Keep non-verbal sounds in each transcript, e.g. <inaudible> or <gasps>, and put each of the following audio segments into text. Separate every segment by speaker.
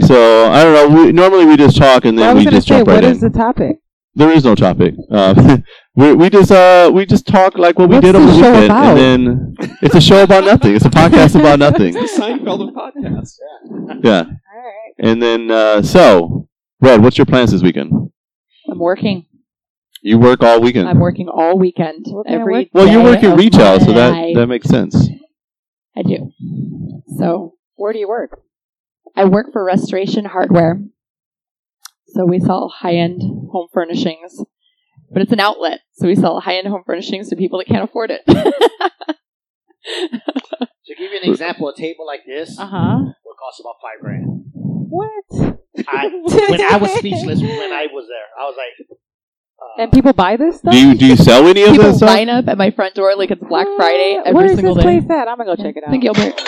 Speaker 1: So I don't know. We, normally we just talk and
Speaker 2: Well, I
Speaker 1: then
Speaker 2: was
Speaker 1: we
Speaker 2: going to
Speaker 1: just
Speaker 2: say,
Speaker 1: jump
Speaker 2: what
Speaker 1: right
Speaker 2: is
Speaker 1: in.
Speaker 2: the topic?
Speaker 1: there is no topic. Uh, <laughs> we, we just uh, we just talk like what we
Speaker 2: What's
Speaker 1: did over
Speaker 2: the
Speaker 1: the
Speaker 2: show
Speaker 1: weekend,
Speaker 2: about?
Speaker 1: and then it's a show about nothing. It's a
Speaker 2: <laughs>
Speaker 1: podcast about nothing.
Speaker 3: It's a Seinfeld of podcasts.
Speaker 1: Yeah.
Speaker 2: All right.
Speaker 1: And then uh, so, Red, what's your plans this weekend?
Speaker 2: I'm working.
Speaker 1: You work all weekend.
Speaker 2: I'm working all weekend.
Speaker 4: can I
Speaker 2: every
Speaker 4: work?
Speaker 1: well, you
Speaker 2: day
Speaker 1: work in
Speaker 2: of
Speaker 1: retail, so
Speaker 2: my
Speaker 1: that
Speaker 2: life.
Speaker 1: that makes sense.
Speaker 2: I do. So, where do you work? I work for Restoration Hardware. So, we sell high end home furnishings, but it's an outlet. So, we sell high end home furnishings to people that can't afford it. <laughs>
Speaker 4: To give you an example, a table like this
Speaker 2: huh.
Speaker 5: Uh-huh.
Speaker 4: would cost about five grand.
Speaker 2: What?
Speaker 4: I, <laughs> when I was speechless when I was there, I was like,
Speaker 2: And people buy this stuff?
Speaker 1: Do you do you sell any of
Speaker 2: people
Speaker 1: this stuff?
Speaker 2: line up at my front door like it's Black Friday every
Speaker 5: Where Mm, is
Speaker 2: single
Speaker 5: this
Speaker 2: day.
Speaker 5: place at? I'm gonna go check it
Speaker 2: It's in
Speaker 5: out.
Speaker 2: Gilbert.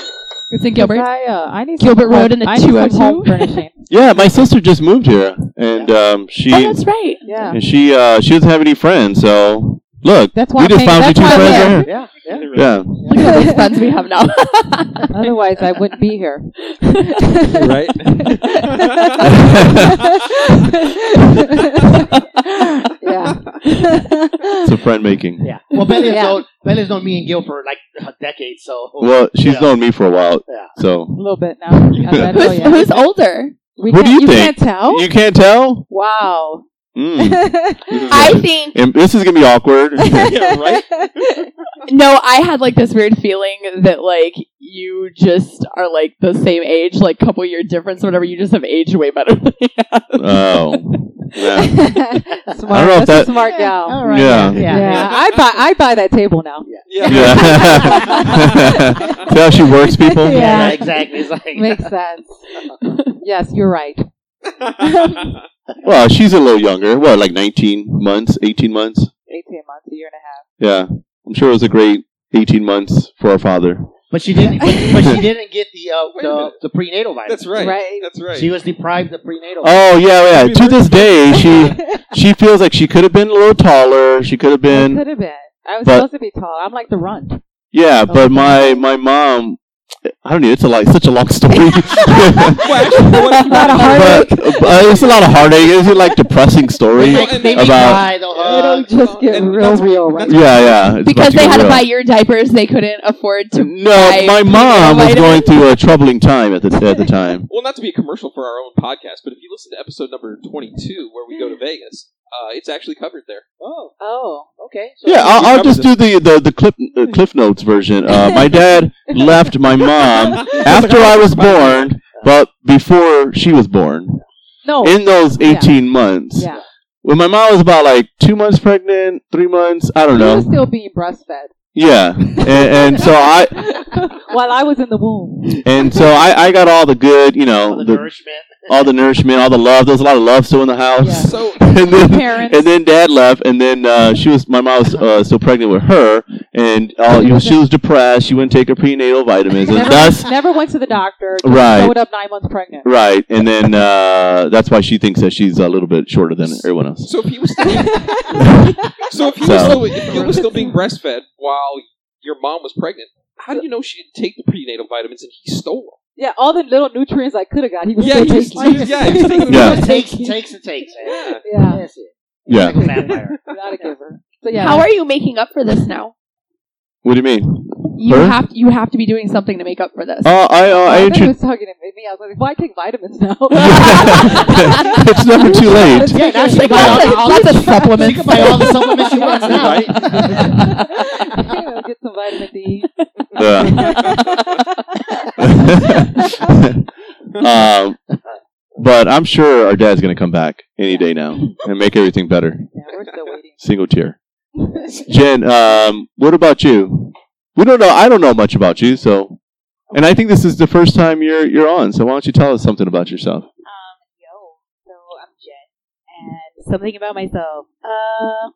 Speaker 2: It's in Gilbert.
Speaker 5: I, uh, I need
Speaker 2: Gilbert
Speaker 5: some
Speaker 2: Road and the
Speaker 5: I need some
Speaker 2: 202.
Speaker 5: home furnishing.
Speaker 2: <laughs>
Speaker 1: Yeah, my sister just moved here, and um, she
Speaker 2: Oh, that's right.
Speaker 5: Yeah,
Speaker 1: and she uh, she doesn't have any friends. So look,
Speaker 5: that's why.
Speaker 1: we
Speaker 5: I'm
Speaker 1: just
Speaker 5: paying-
Speaker 1: found you
Speaker 5: that's
Speaker 1: two
Speaker 5: why I'm
Speaker 1: friends
Speaker 5: here.
Speaker 1: right here.
Speaker 4: yeah, yeah, yeah.
Speaker 1: Yeah.
Speaker 2: Look at
Speaker 5: <laughs>
Speaker 2: all those friends we have now. <laughs>
Speaker 5: Otherwise, I wouldn't be here.
Speaker 3: Right?
Speaker 2: <laughs>
Speaker 5: yeah.
Speaker 1: It's a friend making.
Speaker 4: Yeah. Well, Bentley's
Speaker 5: Yeah.
Speaker 4: known Bentley's known me and Gil for like a decade, so
Speaker 1: Well, she's
Speaker 4: Yeah.
Speaker 1: known me for a while,
Speaker 4: Yeah.
Speaker 5: A
Speaker 1: so
Speaker 5: little bit
Speaker 1: <laughs>
Speaker 5: now. I bet- oh,
Speaker 2: who's,
Speaker 5: yeah.
Speaker 2: who's older?
Speaker 5: We
Speaker 1: What do
Speaker 5: can't-
Speaker 1: you think?
Speaker 5: can't tell.
Speaker 6: Oh.
Speaker 1: you can't tell. <laughs>
Speaker 2: <laughs>
Speaker 5: wow.
Speaker 6: <laughs>
Speaker 1: Mm.
Speaker 2: I think
Speaker 1: and this is gonna be awkward.
Speaker 3: yeah, right?
Speaker 2: no. I had like this weird feeling that like you just are like the same age, like couple year difference, or whatever. You just have aged way better. Than
Speaker 1: <laughs>
Speaker 2: I have.
Speaker 1: oh, yeah.
Speaker 5: smart.
Speaker 1: I don't know if
Speaker 5: that's a
Speaker 1: that-
Speaker 5: smart gal.
Speaker 4: All right.
Speaker 1: Yeah.
Speaker 5: Yeah.
Speaker 4: Yeah.
Speaker 5: I buy. I buy that table now.
Speaker 3: Yeah.
Speaker 1: Yeah. See how she works, people.
Speaker 5: Yeah.
Speaker 4: Yeah, exactly. It's like,
Speaker 5: Makes sense. <laughs> yes, you're right.
Speaker 1: Well, she's a little younger. What, like 19 months, 18 months?
Speaker 5: 18 months, a year and a half.
Speaker 1: Yeah, I'm sure it was a great 18 months for our father.
Speaker 4: <laughs> but she didn't. But, but
Speaker 1: <laughs>
Speaker 4: she didn't get the uh,
Speaker 3: Wait a
Speaker 4: the,
Speaker 3: minute.
Speaker 4: the prenatal vitamin.
Speaker 3: That's right.
Speaker 5: Right.
Speaker 3: That's right.
Speaker 4: She was deprived of prenatal.
Speaker 1: Oh yeah, yeah. To this
Speaker 4: <laughs>
Speaker 1: day, she she feels like she could have been a little taller. She could have
Speaker 5: I
Speaker 1: been.
Speaker 5: could have been. I was
Speaker 1: but-
Speaker 5: supposed to be tall. I'm like the runt.
Speaker 2: Oh,
Speaker 1: Yeah, but my my mom. I don't know. It's a like such a long
Speaker 2: <laughs>
Speaker 1: story. but,
Speaker 3: Well, actually, what if you
Speaker 5: Not a
Speaker 3: really-
Speaker 5: hard-
Speaker 1: but it's a lot of heartache. It's a like depressing story.
Speaker 4: They make- they make
Speaker 1: about-
Speaker 4: cry, they'll
Speaker 5: It'll
Speaker 4: hug.
Speaker 5: just get
Speaker 3: uh, and
Speaker 5: real,
Speaker 3: that's-
Speaker 5: real
Speaker 3: that's
Speaker 1: Yeah,
Speaker 5: right.
Speaker 1: yeah. it's about
Speaker 2: because they
Speaker 1: get
Speaker 2: had to
Speaker 1: real.
Speaker 2: buy your diapers, they couldn't afford to.
Speaker 1: No, my
Speaker 2: buy
Speaker 1: mom was
Speaker 2: vitamins.
Speaker 1: going through a troubling time at the at the
Speaker 3: <laughs>
Speaker 1: time.
Speaker 3: Well, not to be a commercial for our own podcast, but if you listen to episode number 22, where we go to Vegas, uh, it's actually covered there.
Speaker 4: Oh,
Speaker 5: Oh,
Speaker 4: okay. So
Speaker 1: Yeah, I'll, I'll
Speaker 3: covered
Speaker 1: just do the the, the clip uh, cliff notes version. Uh,
Speaker 2: <laughs>
Speaker 1: my dad left my mom after I was born, but before she was born.
Speaker 2: Oh.
Speaker 5: no.
Speaker 1: In those
Speaker 5: Yeah.
Speaker 1: eighteen months,
Speaker 5: yeah.
Speaker 1: when my mom was about like two months pregnant, three months, I don't
Speaker 5: You were
Speaker 1: know.
Speaker 5: still being breastfed <laughs>
Speaker 1: Yeah, and, and so I
Speaker 5: while I was in the womb.
Speaker 1: and so I, I got all the good, you
Speaker 4: all
Speaker 1: know,
Speaker 4: the,
Speaker 1: the,
Speaker 4: nourishment.
Speaker 1: all the nourishment, all the love. There was a lot of love still in the house.
Speaker 5: Yeah.
Speaker 3: So,
Speaker 1: <laughs> And then,
Speaker 5: Parents.
Speaker 1: and then dad left, and then uh, she was my mom was uh, still pregnant with her, and all, you know she was depressed. She wouldn't take her prenatal vitamins, and
Speaker 5: never,
Speaker 1: thus
Speaker 5: never went to the doctor. just
Speaker 1: Right.
Speaker 5: Showed up nine months pregnant.
Speaker 1: right. And then uh, that's why she thinks that she's a little bit shorter than everyone else.
Speaker 3: <laughs> so if he was still, so if he
Speaker 1: So-
Speaker 3: was still, if he was still being breastfed while your mom was pregnant, how do you know she didn't take the prenatal vitamins and he stole
Speaker 5: Yeah, all the little nutrients I could have got, he
Speaker 3: them?
Speaker 5: was
Speaker 3: Yeah,
Speaker 5: still
Speaker 3: he was,
Speaker 5: taking.
Speaker 3: yeah, he was
Speaker 5: <laughs>
Speaker 3: taking
Speaker 1: Yeah.
Speaker 4: It takes, it takes, it takes. man.
Speaker 5: Yeah.
Speaker 4: That's it.
Speaker 1: Yeah.
Speaker 4: Like a vampire.
Speaker 5: Not a giver. So yeah.
Speaker 2: How are you making up for this now?
Speaker 1: What do you mean?
Speaker 2: You
Speaker 1: Her?
Speaker 2: have you have to be doing something to make up for this.
Speaker 1: Uh, I uh, I
Speaker 5: I
Speaker 1: intro-
Speaker 5: was hugging him. and me. I was like, "Why take vitamins now?" <laughs>
Speaker 1: <laughs> It's never too late.
Speaker 4: Yeah, now she can buy all
Speaker 2: lots
Speaker 4: the-
Speaker 2: of,
Speaker 4: all
Speaker 2: lots
Speaker 4: the-
Speaker 2: of
Speaker 4: She
Speaker 2: supplements.
Speaker 4: can buy all the supplements she wants now.
Speaker 3: Right?
Speaker 5: <laughs> Yeah, Get some vitamin
Speaker 1: <laughs>
Speaker 5: D.
Speaker 1: Yeah. <laughs> um, but I'm sure our dad's gonna come back any day now and make everything better.
Speaker 5: Yeah, we're still waiting.
Speaker 1: single tier. Jen, um, what about you? We don't know. I don't know much about you, so. And I think this is the first time you're you're on. So why don't you tell us something about yourself?
Speaker 6: Um, yo, so I'm Jen, and something about myself. Uh,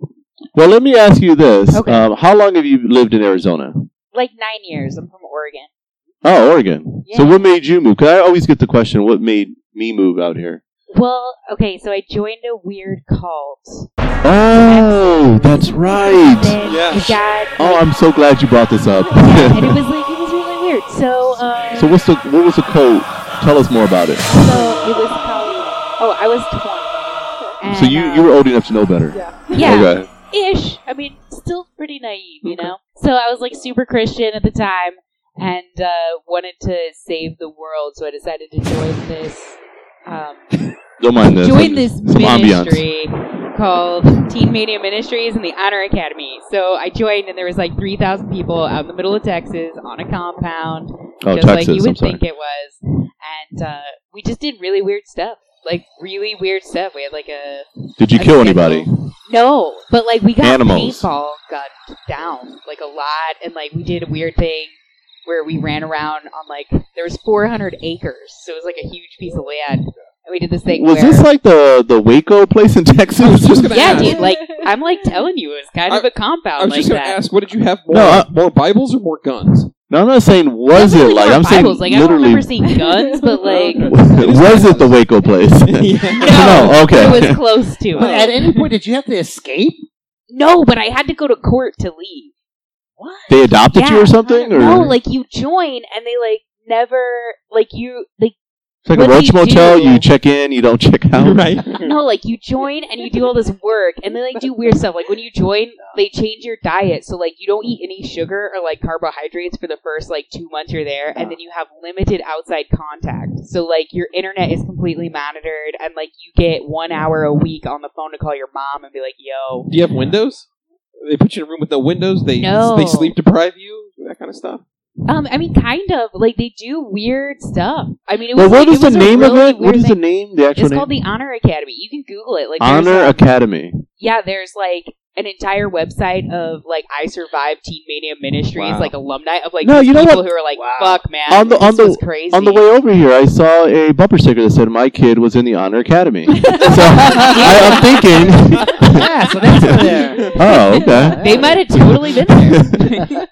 Speaker 1: Well, let me ask you this:
Speaker 6: Okay.
Speaker 1: um, How long have you lived in Arizona?
Speaker 6: like nine years. I'm from Oregon.
Speaker 1: Oh, Oregon. So
Speaker 6: Yeah.
Speaker 1: what made you move? Because I always get the question, what made me move out here?
Speaker 6: Well, okay, so I joined a weird cult.
Speaker 1: Oh, that's right.
Speaker 6: And
Speaker 3: Yeah.
Speaker 6: it got,
Speaker 1: <laughs> Oh, I'm so glad you brought this up. <laughs>
Speaker 6: yeah, and it was like it was really weird. So, um,
Speaker 1: so what's the what was the code? Tell us more about it.
Speaker 6: So it was probably oh, I was twenty. And,
Speaker 1: So you,
Speaker 6: uh,
Speaker 1: you were old enough to know better.
Speaker 6: yeah
Speaker 1: Okay.
Speaker 6: ish. I mean, still pretty naive, you know. So I was like super Christian at the time and uh, wanted to save the world. So I decided to join this. Um,
Speaker 1: Don't mind this.
Speaker 6: join this
Speaker 1: Some ambiance.
Speaker 6: ministry called Teen Mania Ministries and the Honor Academy. So I joined, and there was like three thousand people out in the middle of Texas on a compound,
Speaker 1: Oh,
Speaker 6: just
Speaker 1: Texas.
Speaker 6: like you would
Speaker 1: I'm sorry.
Speaker 6: think it was. And uh, we just did really weird stuff, like really weird stuff. We had like a
Speaker 1: Did you
Speaker 6: a
Speaker 1: kill
Speaker 6: schedule.
Speaker 1: anybody?
Speaker 6: No, but like we got
Speaker 1: Animals.
Speaker 6: paintball gunned down like a lot, and like we did a weird thing where we ran around on like there was 400 acres, so it was like a huge piece of land, and we did this thing
Speaker 1: Was
Speaker 6: where
Speaker 1: this like the the Waco place in <laughs> Texas?
Speaker 3: I was just gonna
Speaker 6: yeah,
Speaker 3: ask.
Speaker 6: dude. Like I'm like telling you, it was kind
Speaker 3: I-
Speaker 6: of a
Speaker 3: I
Speaker 6: compound
Speaker 3: was
Speaker 6: like
Speaker 3: just going to
Speaker 6: that.
Speaker 3: ask, what did you have more?
Speaker 1: No, I-
Speaker 3: more Bibles or more
Speaker 1: <laughs>
Speaker 3: guns?
Speaker 1: no, I'm not saying was it
Speaker 6: Definitely
Speaker 1: like
Speaker 6: not
Speaker 1: I'm
Speaker 6: Bibles.
Speaker 1: saying
Speaker 6: like I don't
Speaker 1: literally
Speaker 6: remember seeing guns, but like
Speaker 1: <laughs> was it the Waco place?
Speaker 6: <laughs> No,
Speaker 1: No, okay.
Speaker 6: it was close to
Speaker 4: <laughs> But
Speaker 6: it.
Speaker 4: at any point, did you have to escape?
Speaker 6: No, but I had to go to court to leave.
Speaker 4: What?
Speaker 1: They adopted you or something? Or
Speaker 6: No, like you join and they like never like you like.
Speaker 1: it's like a
Speaker 6: what do
Speaker 1: roach
Speaker 6: you
Speaker 1: motel.
Speaker 6: do?
Speaker 1: You check in, you don't check out.
Speaker 3: right.
Speaker 6: No, like you join and you do all this work, and then they do weird stuff. Like when you join, they change your diet, so like you don't eat any sugar or like carbohydrates for the first like two months you're there, and then you have limited outside contact. So like your internet is completely monitored, and like you get one hour a week on the phone to call your mom and be like, "Yo,
Speaker 3: Do you have windows? They put you in a room with no windows. They
Speaker 6: No.
Speaker 3: they sleep deprive you. That kind of stuff.
Speaker 6: um, I mean, kind of like they do weird stuff. I mean, <laughs> it was
Speaker 1: But what
Speaker 6: like,
Speaker 1: is
Speaker 6: it
Speaker 1: the
Speaker 6: was a
Speaker 1: name of
Speaker 6: really
Speaker 1: it? What
Speaker 6: weird
Speaker 1: is the
Speaker 6: thing.
Speaker 1: name? The actual
Speaker 6: It's
Speaker 1: name?
Speaker 6: called the Honor Academy. You can Google it. Like there's,
Speaker 1: Honor
Speaker 6: um,
Speaker 1: Academy.
Speaker 6: yeah, there's like an entire website of like I Survived Teen Mania Ministries,
Speaker 3: Wow.
Speaker 6: like alumni of like
Speaker 1: No,
Speaker 6: these
Speaker 1: you know
Speaker 6: people
Speaker 1: what?
Speaker 6: who are like,
Speaker 4: Wow.
Speaker 6: fuck, man,
Speaker 1: On the-
Speaker 6: this
Speaker 1: on the-
Speaker 6: was crazy.
Speaker 1: On the way over here, I saw a bumper sticker that said, "My kid was in the honor
Speaker 6: <laughs>
Speaker 1: academy." so I, I'm thinking,
Speaker 4: yeah, so <laughs>
Speaker 6: <laughs>
Speaker 4: that's up there.
Speaker 1: <laughs> oh, okay.
Speaker 6: they might have totally been there.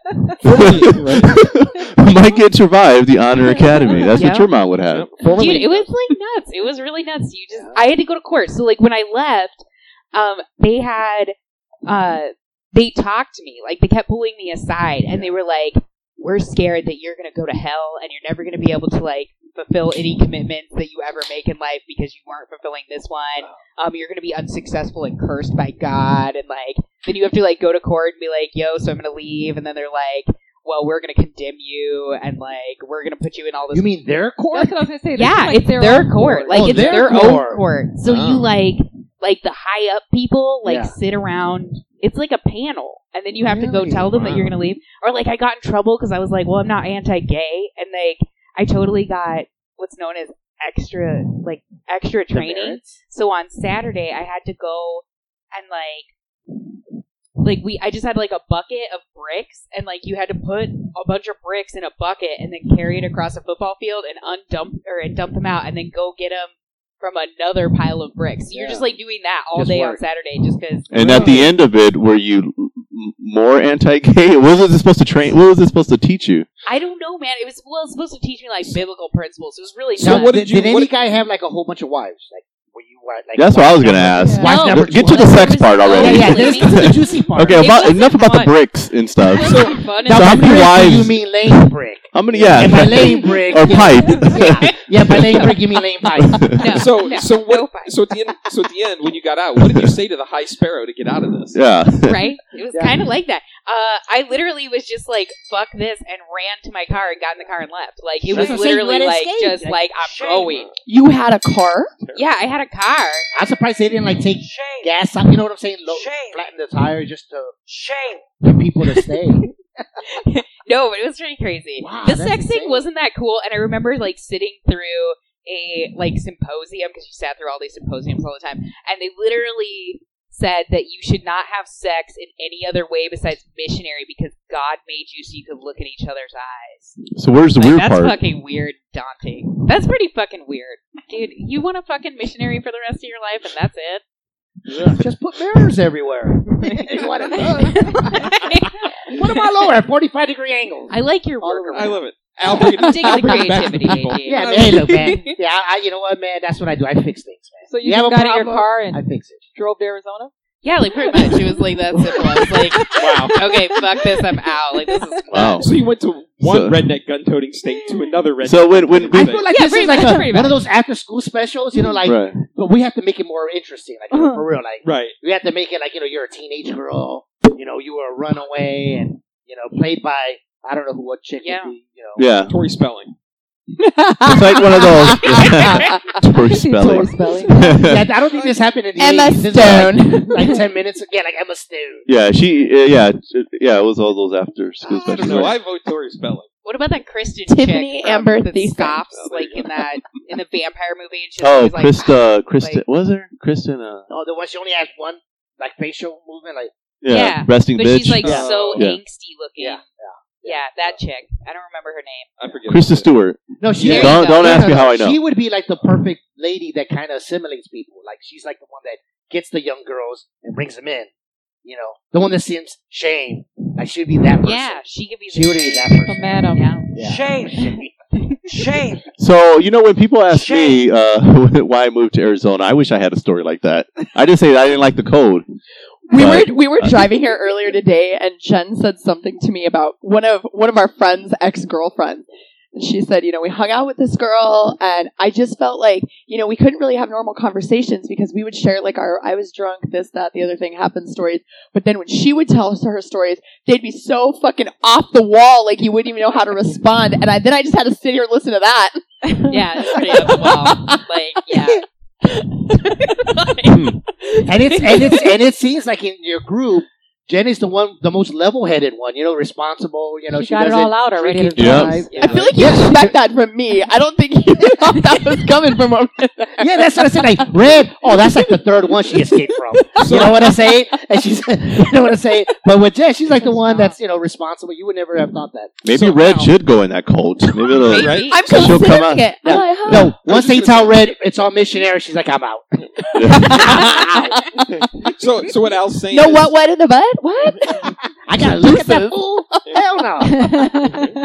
Speaker 1: <laughs> My kid survived the honor academy. That's what
Speaker 6: Yeah.
Speaker 1: your mom would have.
Speaker 6: Dude, it was like nuts. It was really nuts. You just, I had to go to court. So like when I left, um, they had, uh, they talked to me. Like they kept pulling me aside, and they were like, "We're scared that you're gonna go to hell, and you're never gonna be able to like fulfill any commitments that you ever make in life because you weren't fulfilling this one. Um, you're gonna be unsuccessful and cursed by God, and like then you have to like go to court and be like, "Yo, so I'm gonna leave," and then they're like. Well, we're gonna condemn you, and like we're gonna put you in all this
Speaker 4: You mean their court?
Speaker 5: That's what I was gonna say. This
Speaker 6: yeah,
Speaker 5: is like
Speaker 6: it's their, court. Like
Speaker 4: Oh,
Speaker 6: it's
Speaker 4: their
Speaker 6: their,
Speaker 4: court.
Speaker 6: own court. So
Speaker 3: Oh.
Speaker 6: you like like the high up people like
Speaker 4: Yeah.
Speaker 6: sit around. It's like a panel, and then you have to go
Speaker 4: Really?
Speaker 6: tell them
Speaker 3: Wow.
Speaker 6: that you're going to leave. Or like I got in trouble because I was like, well, I'm not anti-gay, and like I totally got what's known as extra like extra training. So on Saturday, I had to go and like like we I just had like a bucket of bricks and like you had to put a bunch of bricks in a bucket and then carry it across a football field and undump or and dump them out and then go get them from another pile of bricks. So you're
Speaker 3: Yeah.
Speaker 6: just like doing that all
Speaker 3: Just
Speaker 6: day on
Speaker 3: work.
Speaker 6: Saturday just because
Speaker 1: And at the end of it, were you m- more anti-gay? <laughs> What was it supposed to train? What was it supposed to teach you?
Speaker 6: I don't know, man. It was well it was supposed to teach me like biblical principles. It was really
Speaker 4: So
Speaker 3: So
Speaker 6: nuts.
Speaker 3: what
Speaker 4: did,
Speaker 3: did you-
Speaker 4: did any
Speaker 3: what did-
Speaker 4: guy have like a whole bunch of wives? Like, were you wi- like?
Speaker 1: That's what
Speaker 4: wife
Speaker 1: I was gonna
Speaker 4: number-
Speaker 1: ask.
Speaker 4: Wife
Speaker 6: No.
Speaker 4: number
Speaker 1: Oh, Get to the
Speaker 4: two?
Speaker 1: sex part
Speaker 6: No,
Speaker 1: already.
Speaker 4: Yeah, yeah.
Speaker 6: Like,
Speaker 4: This is the juicy part.
Speaker 1: Okay,
Speaker 6: It
Speaker 1: about,
Speaker 6: wasn't
Speaker 1: enough about the
Speaker 6: fun.
Speaker 1: bricks and stuff.
Speaker 6: It was
Speaker 1: So,
Speaker 6: really fun.
Speaker 1: Now,
Speaker 4: Now,
Speaker 1: how
Speaker 4: by
Speaker 1: many
Speaker 4: brick,
Speaker 1: wives-
Speaker 4: You mean lane brick?
Speaker 1: how many?
Speaker 4: And by
Speaker 1: Yeah,
Speaker 4: lane brick,
Speaker 1: or pipe.
Speaker 4: yeah, by lane brick you mean lane pipe.
Speaker 6: No,
Speaker 3: so
Speaker 6: no,
Speaker 3: so what?
Speaker 6: no fight.
Speaker 3: so at the end, so at the end, when you got out, what did you say to the high sparrow to get out of this?
Speaker 1: <laughs> Yeah.
Speaker 4: <laughs>
Speaker 6: right? It was
Speaker 4: Yeah.
Speaker 6: kind of like that. Uh, I literally was just like, "Fuck this," and ran to my car and got in the car and left. Like it
Speaker 4: That's
Speaker 6: was
Speaker 4: what I'm saying,
Speaker 6: literally
Speaker 4: you let
Speaker 6: like
Speaker 4: it escape.
Speaker 6: just
Speaker 4: Like,
Speaker 6: like I'm
Speaker 4: shame.
Speaker 6: going.
Speaker 2: You had a car?
Speaker 6: Yeah, I had a car.
Speaker 4: <laughs> I'm surprised they didn't like take
Speaker 7: Shame.
Speaker 4: gas up. You know what I'm saying? Low,
Speaker 7: Shame.
Speaker 4: flatten the tire just to
Speaker 7: Shame.
Speaker 4: for people to <laughs> stay.
Speaker 6: No, but it was pretty crazy.
Speaker 4: Wow,
Speaker 6: the
Speaker 4: that's
Speaker 6: sex
Speaker 4: insane.
Speaker 6: thing wasn't that cool, and I remember like sitting through a like symposium because you sat through all these symposiums all the time, and they literally said that you should not have sex in any other way besides missionary because God made you so you could look in each other's eyes.
Speaker 1: So where's the
Speaker 6: Like,
Speaker 1: weird
Speaker 6: that's
Speaker 1: part?
Speaker 6: fucking weird, daunting. That's pretty fucking weird, dude. You want a fucking missionary for the rest of your life, and that's it.
Speaker 4: just put mirrors everywhere. <laughs> You wanna know? Put them all over at 45 degree angles.
Speaker 6: <laughs> I like your
Speaker 4: All
Speaker 6: work.
Speaker 3: I love it. I'll bring it,
Speaker 6: I'm digging
Speaker 3: I'll
Speaker 4: <laughs>
Speaker 6: the
Speaker 3: bring it back to
Speaker 6: creativity.
Speaker 3: people.
Speaker 6: AJ.
Speaker 4: yeah, man, hey,
Speaker 6: <laughs>
Speaker 4: look, man. Yeah, I, I- you know what, man? That's what I do. I fix things, man.
Speaker 5: So you,
Speaker 4: You have
Speaker 5: just
Speaker 4: a
Speaker 5: got in your
Speaker 4: problem?
Speaker 5: car
Speaker 4: I
Speaker 5: and
Speaker 4: fix it.
Speaker 5: drove to Arizona.
Speaker 6: Yeah, like pretty much. It was like that simple. I was like,
Speaker 3: Wow.
Speaker 6: okay, fuck this, I'm out. Like this is
Speaker 1: Wow.
Speaker 3: So you went to one
Speaker 1: So-
Speaker 3: redneck gun-toting state to another redneck.
Speaker 1: So when- when-
Speaker 3: gun-toting
Speaker 4: <laughs>
Speaker 1: when-
Speaker 4: I
Speaker 3: state.
Speaker 4: feel like
Speaker 6: Yeah,
Speaker 4: this
Speaker 6: pretty
Speaker 4: is like
Speaker 6: much,
Speaker 4: a-
Speaker 6: pretty
Speaker 4: one
Speaker 6: much.
Speaker 4: of those after-school specials, you know, like,
Speaker 1: right.
Speaker 4: but we have to make it more interesting, like, you know, for real, like,
Speaker 3: right.
Speaker 4: we have to make it like, you know, you're a teenage girl, you know, you were a runaway, and, you know, played by, I don't know who, what chick would
Speaker 6: Yeah.
Speaker 4: be, you know.
Speaker 3: <laughs>
Speaker 1: Yeah.
Speaker 3: Tori Spelling.
Speaker 1: It's like one of those. Tori <laughs>
Speaker 5: Tori
Speaker 1: Spelling.
Speaker 2: <laughs>
Speaker 5: Spelling.
Speaker 4: I don't think this happened in the
Speaker 2: Emma
Speaker 4: 80s. This is
Speaker 2: Stone.
Speaker 4: Like, like 10 minutes again, like Emma Stone.
Speaker 1: yeah, she. Uh, yeah, it- yeah. It was all those after school
Speaker 3: I
Speaker 1: specials.
Speaker 3: don't know.
Speaker 1: right?
Speaker 3: I vote Tori Spelling.
Speaker 6: What about that Kristen
Speaker 2: Tiffany
Speaker 6: chick um, from-
Speaker 2: Amber
Speaker 6: that
Speaker 2: Thiessen.
Speaker 6: stops
Speaker 3: Oh, there
Speaker 6: like
Speaker 3: you
Speaker 6: in that in the vampire movie? And she's
Speaker 1: Oh,
Speaker 6: always, like,
Speaker 1: Krista. Krista.
Speaker 6: like-
Speaker 1: was there? Kristen. Uh,
Speaker 4: Oh, the one she only had one, like, facial movement, like,
Speaker 1: yeah,
Speaker 6: Yeah,
Speaker 1: Resting
Speaker 6: <laughs> but
Speaker 1: bitch.
Speaker 6: she's like
Speaker 3: Yeah.
Speaker 6: so
Speaker 1: Yeah.
Speaker 6: angsty looking.
Speaker 4: Yeah,
Speaker 6: Yeah, that chick. I don't remember her name.
Speaker 3: I forget.
Speaker 1: Krista Stewart.
Speaker 4: No, she
Speaker 6: Yeah.
Speaker 4: is-
Speaker 1: Don't- don't
Speaker 4: no,
Speaker 1: ask
Speaker 4: no,
Speaker 1: me
Speaker 4: no.
Speaker 1: how I know.
Speaker 4: <laughs> She would be like the perfect lady that kind of assimilates people. Like she's like the one that gets the young girls and brings them in. You know, the one that seems shame. Like she'd be that person.
Speaker 6: Yeah, she could be.
Speaker 4: She would be that person.
Speaker 2: madam.
Speaker 6: Yeah.
Speaker 4: <laughs>
Speaker 7: Shame. Shame.
Speaker 1: So you know when people ask me uh, <laughs> why I moved to Arizona, I wish I had a story like that. I just say that I didn't like the code.
Speaker 2: We
Speaker 1: Right.
Speaker 2: were we were driving here earlier today, and Jen said something to me about one of one of our friends' ex girlfriends. And she said, you know, we hung out with this girl, and I just felt like, you know, we couldn't really have normal conversations because we would share like our I was drunk, this, that, the other thing happened stories. But then when she would tell us her stories, they'd be so fucking off the wall, like you wouldn't even know how to respond. And I then I just had to sit here and listen to that.
Speaker 6: <laughs> Yeah,
Speaker 1: <laughs>
Speaker 6: it's
Speaker 2: <laughs>
Speaker 6: pretty up well. Like, yeah. <laughs>
Speaker 4: And it's
Speaker 7: <laughs>
Speaker 4: and it's and it seems like in your group, Jenny's the one, the most level-headed one. You know, responsible. You know,
Speaker 5: she,
Speaker 4: she,
Speaker 5: got it
Speaker 4: doesn't.
Speaker 5: all out already.
Speaker 4: drink
Speaker 1: and Yeah.
Speaker 5: drive.
Speaker 2: I feel like you expect that from me. I don't think you <laughs> thought that was coming from a
Speaker 4: yeah, that's what I
Speaker 5: <laughs>
Speaker 4: said. Like red. Oh, that's like the third one she escaped from.
Speaker 3: So,
Speaker 4: You know what I say? And she's, <laughs> you know what I say? But with Jen, she's like the one that's you know responsible. You would never have thought that.
Speaker 1: Maybe
Speaker 3: So
Speaker 1: Red
Speaker 3: now-
Speaker 1: should go in that cult. Maybe it'll,
Speaker 3: right?
Speaker 2: I'm
Speaker 1: So she'll come out.
Speaker 2: considering it.
Speaker 4: No,
Speaker 2: I'm like, huh?
Speaker 4: No, once
Speaker 3: just
Speaker 4: they
Speaker 3: gonna
Speaker 4: tell Red it's all missionary, she's like,
Speaker 3: <laughs>
Speaker 4: I'm out.
Speaker 3: So, so what Al's saying
Speaker 2: No,
Speaker 3: is-
Speaker 2: what, what in the butt? What?
Speaker 4: I gotta look at that fool. Hell no.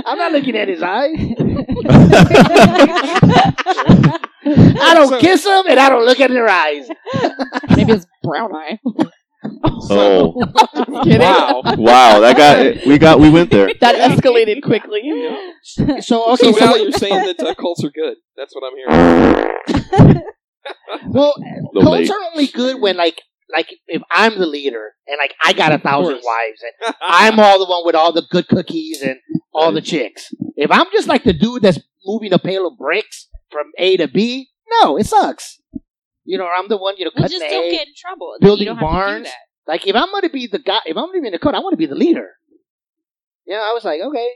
Speaker 4: I'm not looking at his eyes.
Speaker 6: <laughs>
Speaker 4: I don't
Speaker 3: So-
Speaker 4: kiss him and I don't look at their eyes.
Speaker 2: Maybe it's brown eye.
Speaker 1: <laughs> oh
Speaker 2: Kidding.
Speaker 3: <laughs> Wow.
Speaker 1: wow, that got we got we went there.
Speaker 2: <laughs> That escalated quickly.
Speaker 4: So okay,
Speaker 3: so
Speaker 4: so,
Speaker 3: Al, you're saying that uh, cults are good. That's what I'm
Speaker 1: <laughs>
Speaker 3: hearing.
Speaker 4: <laughs> well,
Speaker 1: The
Speaker 4: cults
Speaker 1: lake.
Speaker 4: are only good when like like if I'm the leader and like I got a thousand
Speaker 3: course.
Speaker 4: wives and
Speaker 3: <laughs>
Speaker 4: I'm all the one with all the good cookies and all the chicks. If I'm just like the dude that's moving a pail of bricks from A to B, no, it sucks. You know, I'm the one you know
Speaker 6: Well,
Speaker 4: cutting
Speaker 6: just
Speaker 4: the
Speaker 6: don't
Speaker 4: hay.
Speaker 6: get in trouble. Like,
Speaker 4: building
Speaker 6: you don't have to do
Speaker 4: barns.
Speaker 6: that.
Speaker 4: Like if I'm gonna be the guy, if I'm gonna be in the code, I want to be the leader. You know, I was like, okay,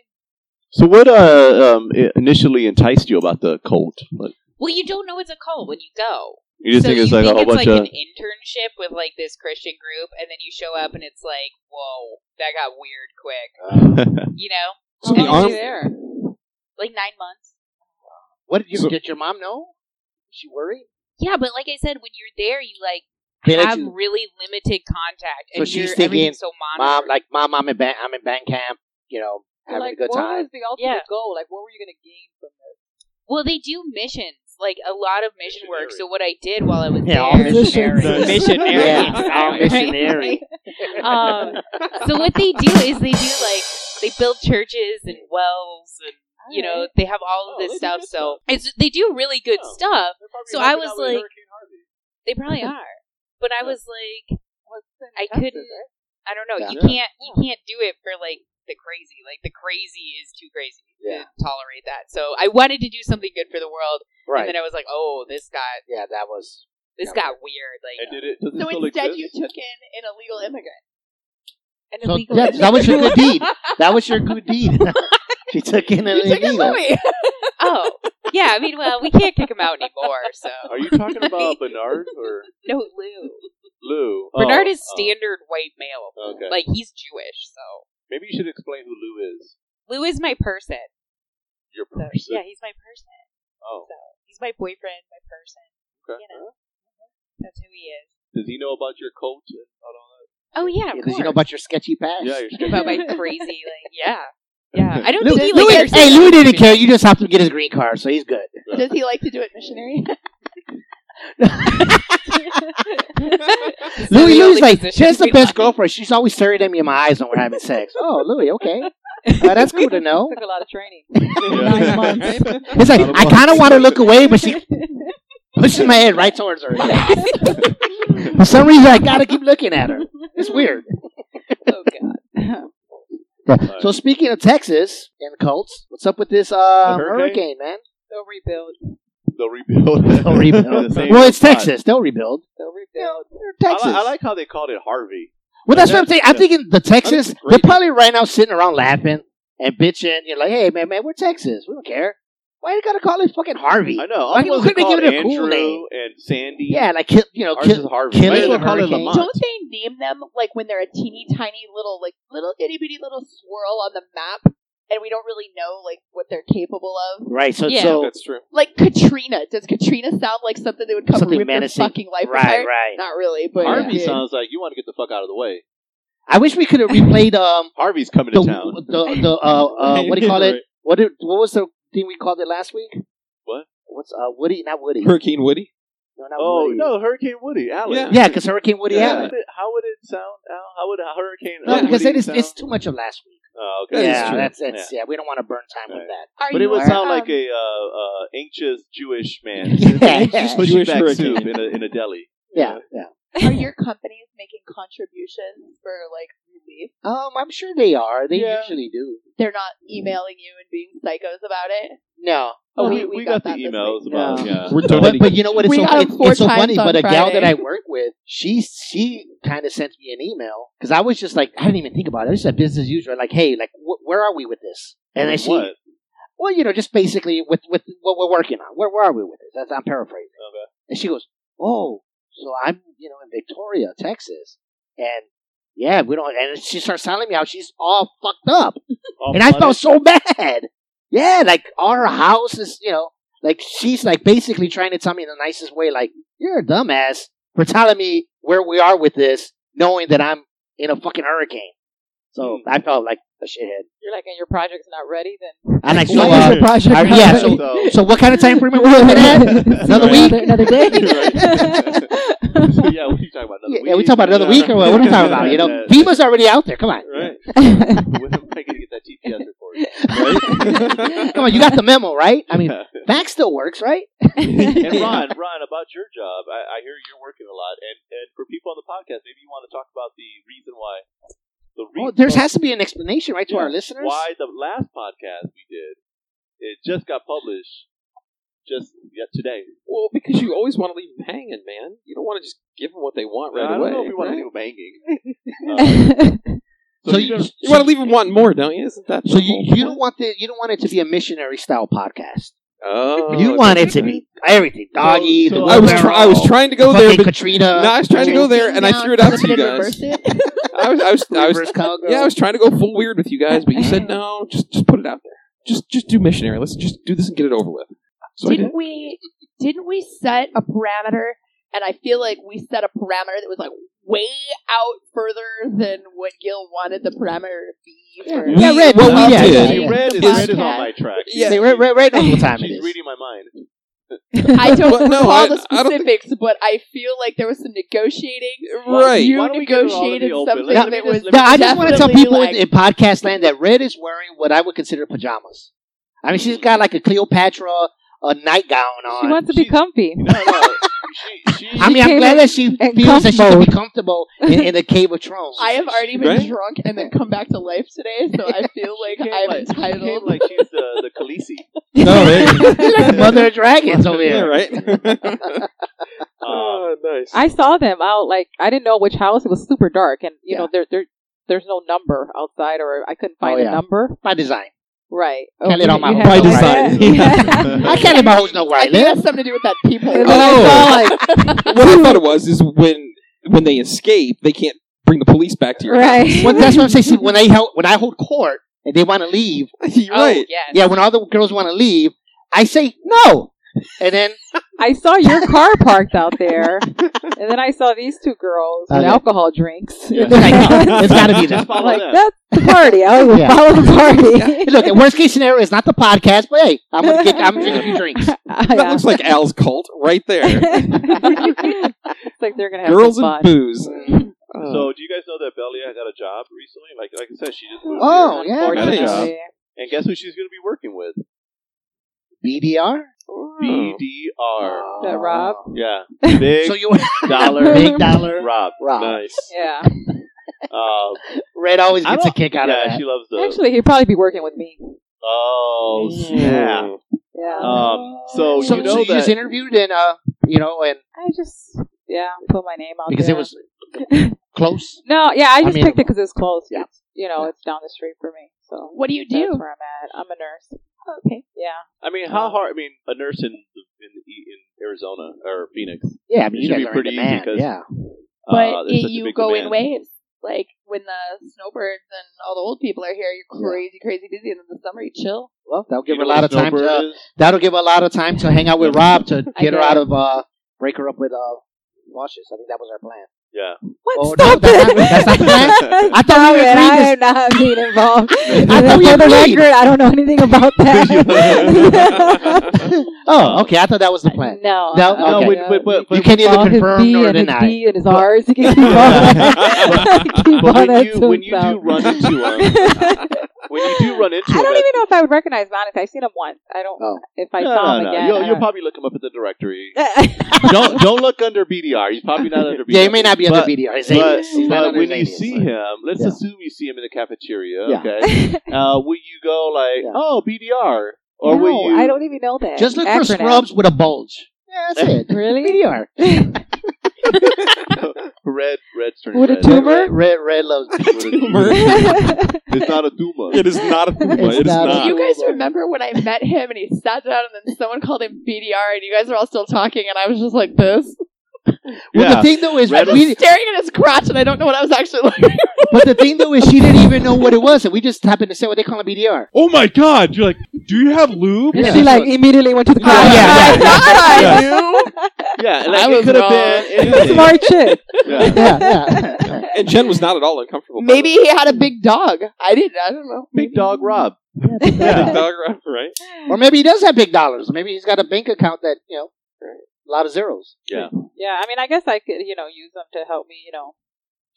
Speaker 1: So what uh, um, i- initially enticed you about the cult? Like,
Speaker 6: Well, you don't know it's a cult when you go.
Speaker 1: you just
Speaker 6: so
Speaker 1: think it's
Speaker 6: you
Speaker 1: like
Speaker 6: think
Speaker 1: a whole
Speaker 6: it's
Speaker 1: bunch
Speaker 6: like
Speaker 1: of
Speaker 6: an internship with like this Christian group, and then you show up and it's like, whoa, that got weird quick. You know,
Speaker 3: So the
Speaker 5: How long were
Speaker 3: arm,
Speaker 5: you there?
Speaker 6: like nine months.
Speaker 4: what did you
Speaker 3: So-
Speaker 4: did your mom know? Was she worried?
Speaker 6: Yeah, but like I said, when you're there, you like
Speaker 4: They let
Speaker 6: have
Speaker 4: you-
Speaker 6: really limited contact,
Speaker 4: So
Speaker 6: and
Speaker 4: she's
Speaker 6: you're,
Speaker 4: thinking,
Speaker 6: everything's so
Speaker 4: Mom,
Speaker 6: monitored.
Speaker 4: like mom, I'm in band, I'm in band camp. You know, having
Speaker 5: like,
Speaker 4: a good
Speaker 5: what
Speaker 4: time.
Speaker 5: was the ultimate
Speaker 6: Yeah.
Speaker 5: goal? Like, what were you going to gain from this?
Speaker 6: well, they do missions, like a lot of mission work. So what I did while I was
Speaker 4: Yeah, all
Speaker 6: there,
Speaker 4: missionary. <laughs>
Speaker 6: missionary,
Speaker 4: Yeah, all
Speaker 6: exactly.
Speaker 4: missionary.
Speaker 6: <laughs> um, so what they do is they do like they build churches and wells and you know they have all
Speaker 3: Oh,
Speaker 6: of
Speaker 3: they
Speaker 6: this
Speaker 3: do
Speaker 6: stuff.
Speaker 3: good
Speaker 6: So it's they do really good
Speaker 3: Oh.
Speaker 6: stuff. So I was like-
Speaker 3: Harvey.
Speaker 6: They probably are, but I was like,
Speaker 5: What's the
Speaker 6: I
Speaker 5: Texas,
Speaker 6: couldn't.
Speaker 5: right?
Speaker 6: I don't know.
Speaker 1: Yeah.
Speaker 6: You can't. You can't do it for like the crazy. Like the crazy is too crazy
Speaker 4: Yeah.
Speaker 6: to tolerate that. So I wanted to do something good for the world,
Speaker 4: Right?
Speaker 6: and then I was like, oh, this got
Speaker 4: yeah, that was.
Speaker 6: this
Speaker 4: Yeah.
Speaker 6: got weird. Like
Speaker 3: I did it. Doesn't
Speaker 2: So
Speaker 3: it still
Speaker 2: instead,
Speaker 3: exist?
Speaker 2: you took in an illegal immigrant.
Speaker 6: an
Speaker 4: So,
Speaker 6: illegal.
Speaker 4: yeah, that was your good deed. That was your good deed. <laughs> she took in an
Speaker 2: You took a
Speaker 4: illegal.
Speaker 2: Louis.
Speaker 6: oh, yeah. I mean, well, we can't kick him out anymore. So
Speaker 1: Are you talking about Bernard or
Speaker 6: no, Lou.
Speaker 1: Lou?
Speaker 6: Bernard
Speaker 1: Oh,
Speaker 6: is standard white male.
Speaker 1: oh, okay.
Speaker 6: Like he's Jewish, so
Speaker 1: Maybe you should explain who Lou is.
Speaker 6: Lou is my person.
Speaker 1: Your
Speaker 6: So,
Speaker 1: person.
Speaker 6: yeah, he's my person.
Speaker 1: Oh,
Speaker 6: He's my boyfriend, my person.
Speaker 1: okay.
Speaker 6: You know, that's who he is.
Speaker 1: Does he know about your cult? and about all that?
Speaker 6: Oh yeah, of
Speaker 4: Because
Speaker 6: course.
Speaker 4: you know about your sketchy past.
Speaker 1: Yeah, you're scared.
Speaker 6: <laughs> about my crazy, like yeah, yeah. I don't
Speaker 4: Louis,
Speaker 6: think he like.
Speaker 4: Louis,
Speaker 6: understands
Speaker 4: hey, Louis
Speaker 6: what
Speaker 4: didn't
Speaker 6: it <laughs>
Speaker 4: care.
Speaker 6: means.
Speaker 4: You just helped him get his green card, so he's good.
Speaker 2: <laughs> Does he like to do it missionary?
Speaker 4: Louis,
Speaker 6: the
Speaker 4: Louis,
Speaker 6: only
Speaker 4: like,
Speaker 6: position
Speaker 4: Jen's the
Speaker 6: we
Speaker 4: best
Speaker 6: like.
Speaker 4: girlfriend. She's always staring at me in my eyes when we're having sex. Oh, Louis, okay. Uh, that's cool to know.
Speaker 5: Took a lot of training.
Speaker 1: <laughs> Yeah.
Speaker 5: Nine months.
Speaker 3: <laughs>
Speaker 4: It's like, I kind of want to look away, but she pushes my head right towards her. For some reason, I got to keep looking at her. It's weird.
Speaker 5: Oh god.
Speaker 4: Yeah. So, speaking of Texas and cults, what's up with this uh,
Speaker 1: The hurricane?
Speaker 4: hurricane, man?
Speaker 5: They'll rebuild.
Speaker 1: They'll rebuild.
Speaker 4: <laughs>
Speaker 1: <laughs>
Speaker 4: They'll rebuild.
Speaker 1: The same
Speaker 4: well, it's
Speaker 1: spot.
Speaker 4: Texas. They'll rebuild.
Speaker 5: They'll rebuild.
Speaker 4: They're Texas.
Speaker 1: I, li- I like how they called it Harvey.
Speaker 4: Well, that's what I'm
Speaker 1: That's-
Speaker 4: saying. I'm thinking the Texas,
Speaker 1: that's
Speaker 4: they're
Speaker 1: great.
Speaker 4: probably right now sitting around laughing and bitching. You're like, hey, man, man, we're Texas. We don't care. Why you gotta call it fucking Harvey?
Speaker 1: I know.
Speaker 4: Why
Speaker 1: I'm supposed to
Speaker 4: couldn't they
Speaker 1: call
Speaker 4: give it a
Speaker 1: Andrew
Speaker 4: cool name?
Speaker 1: and Sandy.
Speaker 4: Yeah, like, kill, you know,
Speaker 1: Ours is
Speaker 4: kill,
Speaker 1: Harvey.
Speaker 4: kill
Speaker 1: Might as
Speaker 4: the
Speaker 1: well call it
Speaker 4: hurricane.
Speaker 1: Lamont.
Speaker 2: Don't they name them like when they're a teeny tiny little like little itty bitty little swirl on the map, and we don't really know like what they're capable of?
Speaker 4: Right, so,
Speaker 6: Yeah.
Speaker 4: so
Speaker 3: That's true.
Speaker 4: <laughs>
Speaker 2: Like Katrina, does Katrina sound like something that would come
Speaker 4: Something
Speaker 2: rip your
Speaker 4: menacing.
Speaker 2: fucking life
Speaker 4: right,
Speaker 2: apart?
Speaker 4: right.
Speaker 2: Not really, but
Speaker 1: Harvey
Speaker 2: yeah.
Speaker 1: sounds like you want to get the fuck out of the way.
Speaker 4: I wish we could have replayed um
Speaker 1: Harvey's coming
Speaker 4: the
Speaker 1: to town.
Speaker 4: the, the uh,
Speaker 1: <laughs>
Speaker 4: uh what do you call it? What did, what was the thing we called it last week?
Speaker 1: What?
Speaker 4: What's uh Woody? Not Woody.
Speaker 3: Hurricane Woody.
Speaker 4: no, not
Speaker 1: Oh
Speaker 4: Woody.
Speaker 1: no, Hurricane Woody, Alex.
Speaker 3: Yeah.
Speaker 4: Yeah, because Hurricane Woody
Speaker 1: Yeah. How,
Speaker 4: Allen.
Speaker 1: would it, how would it sound, Al? How would a hurricane?
Speaker 4: No,
Speaker 3: Yeah,
Speaker 4: because
Speaker 1: Woody
Speaker 4: it is,
Speaker 1: sound?
Speaker 4: it's too much of last week.
Speaker 1: Oh,
Speaker 3: That
Speaker 1: okay.
Speaker 3: is
Speaker 4: yeah,
Speaker 3: true.
Speaker 4: that's that's yeah. We don't want to burn time with
Speaker 1: Right.
Speaker 4: that.
Speaker 2: Are
Speaker 1: But
Speaker 2: you
Speaker 1: it would
Speaker 2: are,
Speaker 1: sound like
Speaker 2: um,
Speaker 1: a uh, uh, anxious Jewish man
Speaker 4: <laughs> Yeah, yeah.
Speaker 1: pushing
Speaker 3: Jewish
Speaker 1: back
Speaker 3: hurricane.
Speaker 1: soup in a in a deli.
Speaker 4: Yeah, yeah.
Speaker 2: Are your companies making contributions for like relief?
Speaker 4: Um, I'm sure they are. They
Speaker 1: Yeah.
Speaker 4: usually do.
Speaker 2: They're not emailing you and being psychos about it.
Speaker 4: No,
Speaker 2: Oh,
Speaker 1: Oh,
Speaker 2: we-
Speaker 1: we,
Speaker 2: we
Speaker 1: we got,
Speaker 2: got that
Speaker 1: the
Speaker 2: this
Speaker 1: emails
Speaker 2: week.
Speaker 1: about uh,
Speaker 4: Yeah.
Speaker 1: yeah.
Speaker 3: We're
Speaker 1: So-
Speaker 4: but,
Speaker 3: donating.
Speaker 4: but you know what? It's
Speaker 2: We
Speaker 4: so
Speaker 2: got 'em
Speaker 4: it's,
Speaker 2: four
Speaker 4: it's so
Speaker 2: times
Speaker 4: funny.
Speaker 2: on
Speaker 4: But a gal
Speaker 2: Friday.
Speaker 4: that I work with, she she kind of sent me an email because I was just like, I didn't even think about it. I was just a business usual, like, hey, like, wh- where are we with this? And then
Speaker 1: <laughs>
Speaker 4: she,
Speaker 1: what?
Speaker 4: <laughs> well, you know, just basically with with what we're working on. Where where are we with this? That's, I'm paraphrasing.
Speaker 1: Okay.
Speaker 4: And she goes, oh, so I'm you know in Victoria, Texas, and yeah, we don't. And she starts telling me how she's all fucked up.
Speaker 1: All
Speaker 4: and I
Speaker 1: flooded?
Speaker 4: felt so bad. Yeah, like our house is, you know, like she's like basically trying to tell me in the nicest way, like you're a dumbass for telling me where we are with this, knowing that I'm in a fucking hurricane. So
Speaker 1: Hmm.
Speaker 4: I felt like a shithead.
Speaker 5: You're like, and your project's not ready. Then
Speaker 4: And like, so,
Speaker 1: Why is
Speaker 4: uh,
Speaker 1: your project
Speaker 4: I- yeah, so,
Speaker 1: So-
Speaker 4: <laughs> so what kind of time frame are we looking <laughs> at? Another
Speaker 1: Right.
Speaker 4: week?
Speaker 2: another
Speaker 6: <laughs>
Speaker 2: day.
Speaker 1: <laughs> yeah, what are you talking about? Another
Speaker 4: Yeah,
Speaker 1: week?
Speaker 4: yeah, we talk about another week <laughs> or what? What are we talking about? You
Speaker 3: <laughs>
Speaker 4: know, FEMA's already out there. Come on, <laughs>
Speaker 1: Right. When am I going to get that GPS report?
Speaker 4: <laughs>
Speaker 1: Right?
Speaker 4: come on, you got the memo, right? I
Speaker 3: <laughs>
Speaker 4: mean,
Speaker 1: Yeah.
Speaker 4: fax still works, right?
Speaker 1: and Ron, Ron, about your job, I, I hear you're working a lot, and, and for people on the podcast, maybe you want to talk about the reason why. The reason
Speaker 4: Well, there has to be an explanation, right, to our listeners.
Speaker 1: why the last podcast we did it just got published just yeah, today.
Speaker 3: Well, because you always want to leave them hanging, man. You don't want to just give them what they want right
Speaker 1: I don't
Speaker 3: away.
Speaker 1: know if we want
Speaker 3: right?
Speaker 1: to leave Uh, them
Speaker 3: <laughs>
Speaker 6: <laughs>
Speaker 1: hanging.
Speaker 4: So you,
Speaker 3: You want to leave them wanting more, don't you? Isn't that
Speaker 4: So
Speaker 3: the
Speaker 4: you,
Speaker 3: whole
Speaker 4: you
Speaker 3: point?
Speaker 4: don't want the you don't want it to be a missionary style podcast.
Speaker 3: Oh,
Speaker 4: you
Speaker 3: that's
Speaker 4: want it to
Speaker 3: interesting.
Speaker 4: be everything doggy.
Speaker 1: So- so
Speaker 4: the
Speaker 3: I was
Speaker 4: wheelbarrow,
Speaker 3: try- I was trying to go
Speaker 4: the
Speaker 3: there,
Speaker 4: fucking
Speaker 3: but
Speaker 4: Katrina.
Speaker 3: no, I was trying to go there, and I threw it out to you
Speaker 2: Reverse
Speaker 3: guys. <laughs>
Speaker 2: it.
Speaker 3: I was, I was, I
Speaker 1: <laughs>
Speaker 3: was,
Speaker 4: reverse cowgirl.
Speaker 3: yeah, I was trying to go full weird with you guys, but you said no. Just, just put it out there. Just, just do missionary. Let's just do this and get it over with. So I did.
Speaker 2: didn't we didn't we set a parameter and I feel like we set a parameter that was like way out further than what Gil wanted the parameter to be for
Speaker 4: Yeah,
Speaker 3: We-
Speaker 4: Red,
Speaker 3: what
Speaker 4: no,
Speaker 3: we
Speaker 4: yeah,
Speaker 3: did.
Speaker 4: yeah,
Speaker 1: See,
Speaker 4: yeah.
Speaker 1: red, is,
Speaker 3: Is-
Speaker 1: red is on my track.
Speaker 3: Yeah.
Speaker 4: They read, read, read knows what time
Speaker 3: <laughs>
Speaker 4: it
Speaker 1: She's
Speaker 4: is.
Speaker 1: reading my mind.
Speaker 2: I don't
Speaker 3: Well, no,
Speaker 2: recall
Speaker 3: I-
Speaker 2: the
Speaker 3: I don't
Speaker 2: specifics, but I feel like there was some negotiating.
Speaker 3: Right.
Speaker 2: You
Speaker 1: Why don't we get it all in the
Speaker 2: negotiated
Speaker 1: open?
Speaker 2: something
Speaker 1: Let me
Speaker 2: that
Speaker 1: just-
Speaker 2: was
Speaker 1: let me
Speaker 4: No, I just want to tell
Speaker 2: definitely,
Speaker 4: people
Speaker 2: like-
Speaker 4: in podcast land that Red is wearing what I would consider pajamas. I mean, she's got like a Cleopatra a nightgown on.
Speaker 5: she wants to be
Speaker 1: She's-
Speaker 5: comfy.
Speaker 1: No, no. she, she,
Speaker 4: I mean, I'm
Speaker 5: came
Speaker 4: glad
Speaker 5: in-
Speaker 4: that she
Speaker 5: in
Speaker 4: feels that she can be
Speaker 5: comfort.
Speaker 4: comfortable in, in the Cave of Thrones.
Speaker 2: I have already been
Speaker 3: Right?
Speaker 2: drunk and then come back to life today, so
Speaker 1: <laughs>
Speaker 2: I feel like
Speaker 1: came
Speaker 2: I'm
Speaker 1: like, she came
Speaker 2: entitled.
Speaker 1: like she's the, the Khaleesi.
Speaker 4: no, <laughs> Mother of Dragons over
Speaker 3: Yeah,
Speaker 4: here.
Speaker 3: <laughs>
Speaker 1: <laughs>
Speaker 3: right.
Speaker 1: Uh,
Speaker 3: <laughs> oh, nice.
Speaker 5: I saw them out. Like I didn't know which house. It was super dark, and you know there there there's no number outside, or I couldn't find
Speaker 4: Oh, yeah.
Speaker 5: a number.
Speaker 4: By design.
Speaker 5: Right.
Speaker 4: Can't let
Speaker 5: you-
Speaker 4: all my
Speaker 5: you
Speaker 4: hoes
Speaker 5: had
Speaker 4: know
Speaker 5: to-
Speaker 4: where <laughs>
Speaker 3: I
Speaker 1: <laughs>
Speaker 5: Yeah.
Speaker 4: I can't let my hoes know where I
Speaker 2: I think
Speaker 4: live.
Speaker 2: that's something to do with that people.
Speaker 5: And then
Speaker 3: Oh.
Speaker 5: I saw
Speaker 3: <laughs>
Speaker 5: like
Speaker 3: what I thought it was is when when they escape, they can't bring the police back to your
Speaker 5: right.
Speaker 4: Well, that's what I'm saying. See, when I held, when I hold court and they want to leave,
Speaker 3: house. <laughs> You're
Speaker 5: Oh
Speaker 3: right.
Speaker 5: yes.
Speaker 4: yeah, when all the girls want to leave, I say no, and then
Speaker 6: I
Speaker 4: <laughs>
Speaker 6: saw your car parked out there, and then I saw these two girls with
Speaker 4: Okay.
Speaker 6: alcohol drinks. <laughs>
Speaker 1: Yeah.
Speaker 4: Like, it's gotta be that.
Speaker 1: Just follow
Speaker 6: like
Speaker 1: that.
Speaker 6: that's the party. I will
Speaker 4: Yeah.
Speaker 6: follow the party.
Speaker 4: Look,
Speaker 6: <laughs>
Speaker 4: at worst case scenario, it's not the podcast, but hey, I'm gonna get, I'm drinking a few drinks.
Speaker 6: Ah,
Speaker 4: <laughs>
Speaker 3: That looks like Al's cult right there.
Speaker 6: it's like they're gonna have
Speaker 3: Girls
Speaker 6: some fun.
Speaker 3: and booze.
Speaker 4: Mm.
Speaker 1: So, do you guys know that Belia got a job recently? Like, like I said, she just moved
Speaker 4: Oh,
Speaker 1: here.
Speaker 4: yeah.
Speaker 1: Got a job.
Speaker 6: Unfortunately.
Speaker 1: And guess who she's going to be working with?
Speaker 4: BDR.
Speaker 3: Oh.
Speaker 4: Oh,
Speaker 1: BDR.
Speaker 6: That Rob?
Speaker 1: Yeah, big
Speaker 4: So you <laughs>
Speaker 1: dollar,
Speaker 4: big dollar.
Speaker 1: Rob.
Speaker 4: Rob.
Speaker 1: Nice.
Speaker 6: Yeah.
Speaker 1: Um,
Speaker 4: Red always
Speaker 1: I
Speaker 4: gets a
Speaker 1: don't-
Speaker 4: kick out
Speaker 1: yeah,
Speaker 4: of that.
Speaker 1: she loves the.
Speaker 6: Actually, he'd probably be working with me.
Speaker 1: oh snap!
Speaker 3: Mm.
Speaker 6: Yeah.
Speaker 1: Um, so,
Speaker 4: so
Speaker 1: you
Speaker 4: you,
Speaker 1: know
Speaker 4: so you
Speaker 1: that.
Speaker 4: just interviewed and uh, you know, and
Speaker 6: I just yeah put my name out
Speaker 4: because
Speaker 6: there.
Speaker 4: it was close.
Speaker 6: no yeah I just
Speaker 4: mean-
Speaker 6: picked it because it's close.
Speaker 4: Yeah.
Speaker 6: It's, you know it's down the street for me. So
Speaker 2: What do you
Speaker 6: that's
Speaker 2: do?
Speaker 6: where I'm at. I'm a nurse.
Speaker 2: Okay.
Speaker 6: Yeah.
Speaker 1: I mean, how hard? I mean, a nurse in in, in Arizona or Phoenix. uh,
Speaker 4: Yeah, I mean,
Speaker 1: It
Speaker 4: you
Speaker 1: should
Speaker 4: guys
Speaker 1: be
Speaker 4: are in
Speaker 1: pretty easy
Speaker 4: demand,
Speaker 1: 'cause-
Speaker 4: yeah.
Speaker 2: But
Speaker 1: uh, there's
Speaker 2: it,
Speaker 1: such a
Speaker 2: you
Speaker 1: big
Speaker 2: go in
Speaker 1: demand.
Speaker 2: waves. Like when the snowbirds and all the old people are here, you're crazy, crazy busy. And in the summer, you chill.
Speaker 4: Well, that'll
Speaker 1: You
Speaker 4: give her a
Speaker 1: know what
Speaker 4: lot of time.
Speaker 1: snowbird
Speaker 4: To, uh,
Speaker 1: is?
Speaker 4: that'll give her a lot of time to hang out <laughs> with Rob to
Speaker 6: I
Speaker 4: get her
Speaker 6: guess.
Speaker 4: out of uh, break her up with uh, Washes. I think that was our plan.
Speaker 1: Yeah.
Speaker 6: What?
Speaker 4: Oh, no,
Speaker 6: Stop
Speaker 4: that's
Speaker 6: it!
Speaker 4: not- that's not the plan?
Speaker 6: <laughs>
Speaker 4: I thought
Speaker 6: Stop
Speaker 4: we
Speaker 6: it.
Speaker 4: agreed
Speaker 6: I
Speaker 4: this-
Speaker 6: am not
Speaker 4: <laughs>
Speaker 6: being involved.
Speaker 1: I
Speaker 6: And
Speaker 4: thought
Speaker 6: then
Speaker 4: we
Speaker 6: for the
Speaker 4: agreed.
Speaker 6: record, I don't know
Speaker 4: <laughs>
Speaker 6: anything about that.
Speaker 4: Oh, okay. I thought that was the plan.
Speaker 6: <laughs> no,
Speaker 4: No,
Speaker 6: uh,
Speaker 4: okay.
Speaker 1: No, wait, wait, wait,
Speaker 4: You
Speaker 1: but-
Speaker 4: can
Speaker 6: Keep all
Speaker 4: either
Speaker 6: his
Speaker 4: confirm
Speaker 6: B
Speaker 4: nor
Speaker 6: and
Speaker 4: deny.
Speaker 6: His D and his R's. You
Speaker 4: <laughs>
Speaker 6: can keep all <laughs> that. keep
Speaker 1: But
Speaker 6: all
Speaker 1: when
Speaker 6: that
Speaker 1: you
Speaker 6: to
Speaker 1: when you do
Speaker 6: himself.
Speaker 1: run into him,
Speaker 6: <laughs>
Speaker 1: when you do run into
Speaker 6: I
Speaker 1: him,
Speaker 6: don't
Speaker 1: at-
Speaker 6: even know if I would recognize him. Honestly, I've seen him once. I don't.
Speaker 4: Oh.
Speaker 6: If I
Speaker 1: no,
Speaker 6: saw him
Speaker 1: no,
Speaker 6: again,
Speaker 1: you'll,
Speaker 6: I
Speaker 1: you'll
Speaker 6: don't-
Speaker 1: probably look him up at the
Speaker 6: <laughs>
Speaker 1: directory. don't <laughs> don't look under BDR. He's probably not under BDR.
Speaker 4: Yeah, he may not be under
Speaker 1: But-
Speaker 4: BDR. He's
Speaker 1: But,
Speaker 4: alias. He's not
Speaker 1: but
Speaker 4: under
Speaker 1: when
Speaker 4: his
Speaker 1: you
Speaker 4: alias,
Speaker 1: see
Speaker 4: but-
Speaker 1: him, let's
Speaker 4: Yeah.
Speaker 1: assume you see him in the cafeteria.
Speaker 4: Yeah.
Speaker 1: Okay, uh, will you go like,
Speaker 4: Yeah.
Speaker 1: oh BDR, or
Speaker 6: <laughs> no,
Speaker 1: will you?
Speaker 6: I don't even know that.
Speaker 4: just look for
Speaker 6: Acronym. <laughs>
Speaker 4: scrubs with a bulge. Yeah, <laughs> that's it.
Speaker 6: Really?
Speaker 4: BDR.
Speaker 1: red red turn
Speaker 6: Would a
Speaker 1: red.
Speaker 6: tumor-
Speaker 4: Red, red, red <laughs> loves.
Speaker 1: With a tumor.
Speaker 6: <laughs>
Speaker 1: It's not a tumor.
Speaker 3: It is not a Puma.
Speaker 4: It's
Speaker 3: It is
Speaker 4: not a
Speaker 3: not.
Speaker 4: Puma.
Speaker 2: You guys remember when I met him and he sat down and then someone called him BDR and you guys were all still talking and I was just like this.
Speaker 4: Well,
Speaker 1: yeah.
Speaker 4: the thing though is,
Speaker 1: Red
Speaker 2: I'm
Speaker 1: was-
Speaker 4: we,
Speaker 2: staring at his crotch and I don't know what I was actually looking at.
Speaker 4: but the thing though is, she didn't even know what it was, and we just happened to say what they call him BDR.
Speaker 3: Oh my god! You're like, do you have lube?
Speaker 6: And
Speaker 4: Yeah.
Speaker 6: she like immediately went to the
Speaker 4: Yeah,
Speaker 6: car.
Speaker 4: yeah, <laughs> yeah.
Speaker 2: I
Speaker 1: Yeah.
Speaker 2: knew.
Speaker 1: Yeah, <laughs> and
Speaker 2: I
Speaker 1: like, it
Speaker 2: was
Speaker 1: could have
Speaker 2: wrong.
Speaker 3: <laughs>
Speaker 1: been anything.
Speaker 6: Smart chick.
Speaker 1: Yeah.
Speaker 4: Yeah,
Speaker 6: <laughs>
Speaker 4: yeah.
Speaker 3: And Jen was not at all uncomfortable. by
Speaker 2: Maybe
Speaker 3: <laughs>
Speaker 2: he had a big dog. I didn't. I don't know.
Speaker 1: Big dog Rob.
Speaker 3: that.
Speaker 4: Yeah.
Speaker 3: Dog, right?
Speaker 4: Or maybe he does have big dollars. Maybe he's got a bank account that you know, a lot of zeros.
Speaker 6: Yeah, I mean, I guess I could, you know, use them to help me, you know,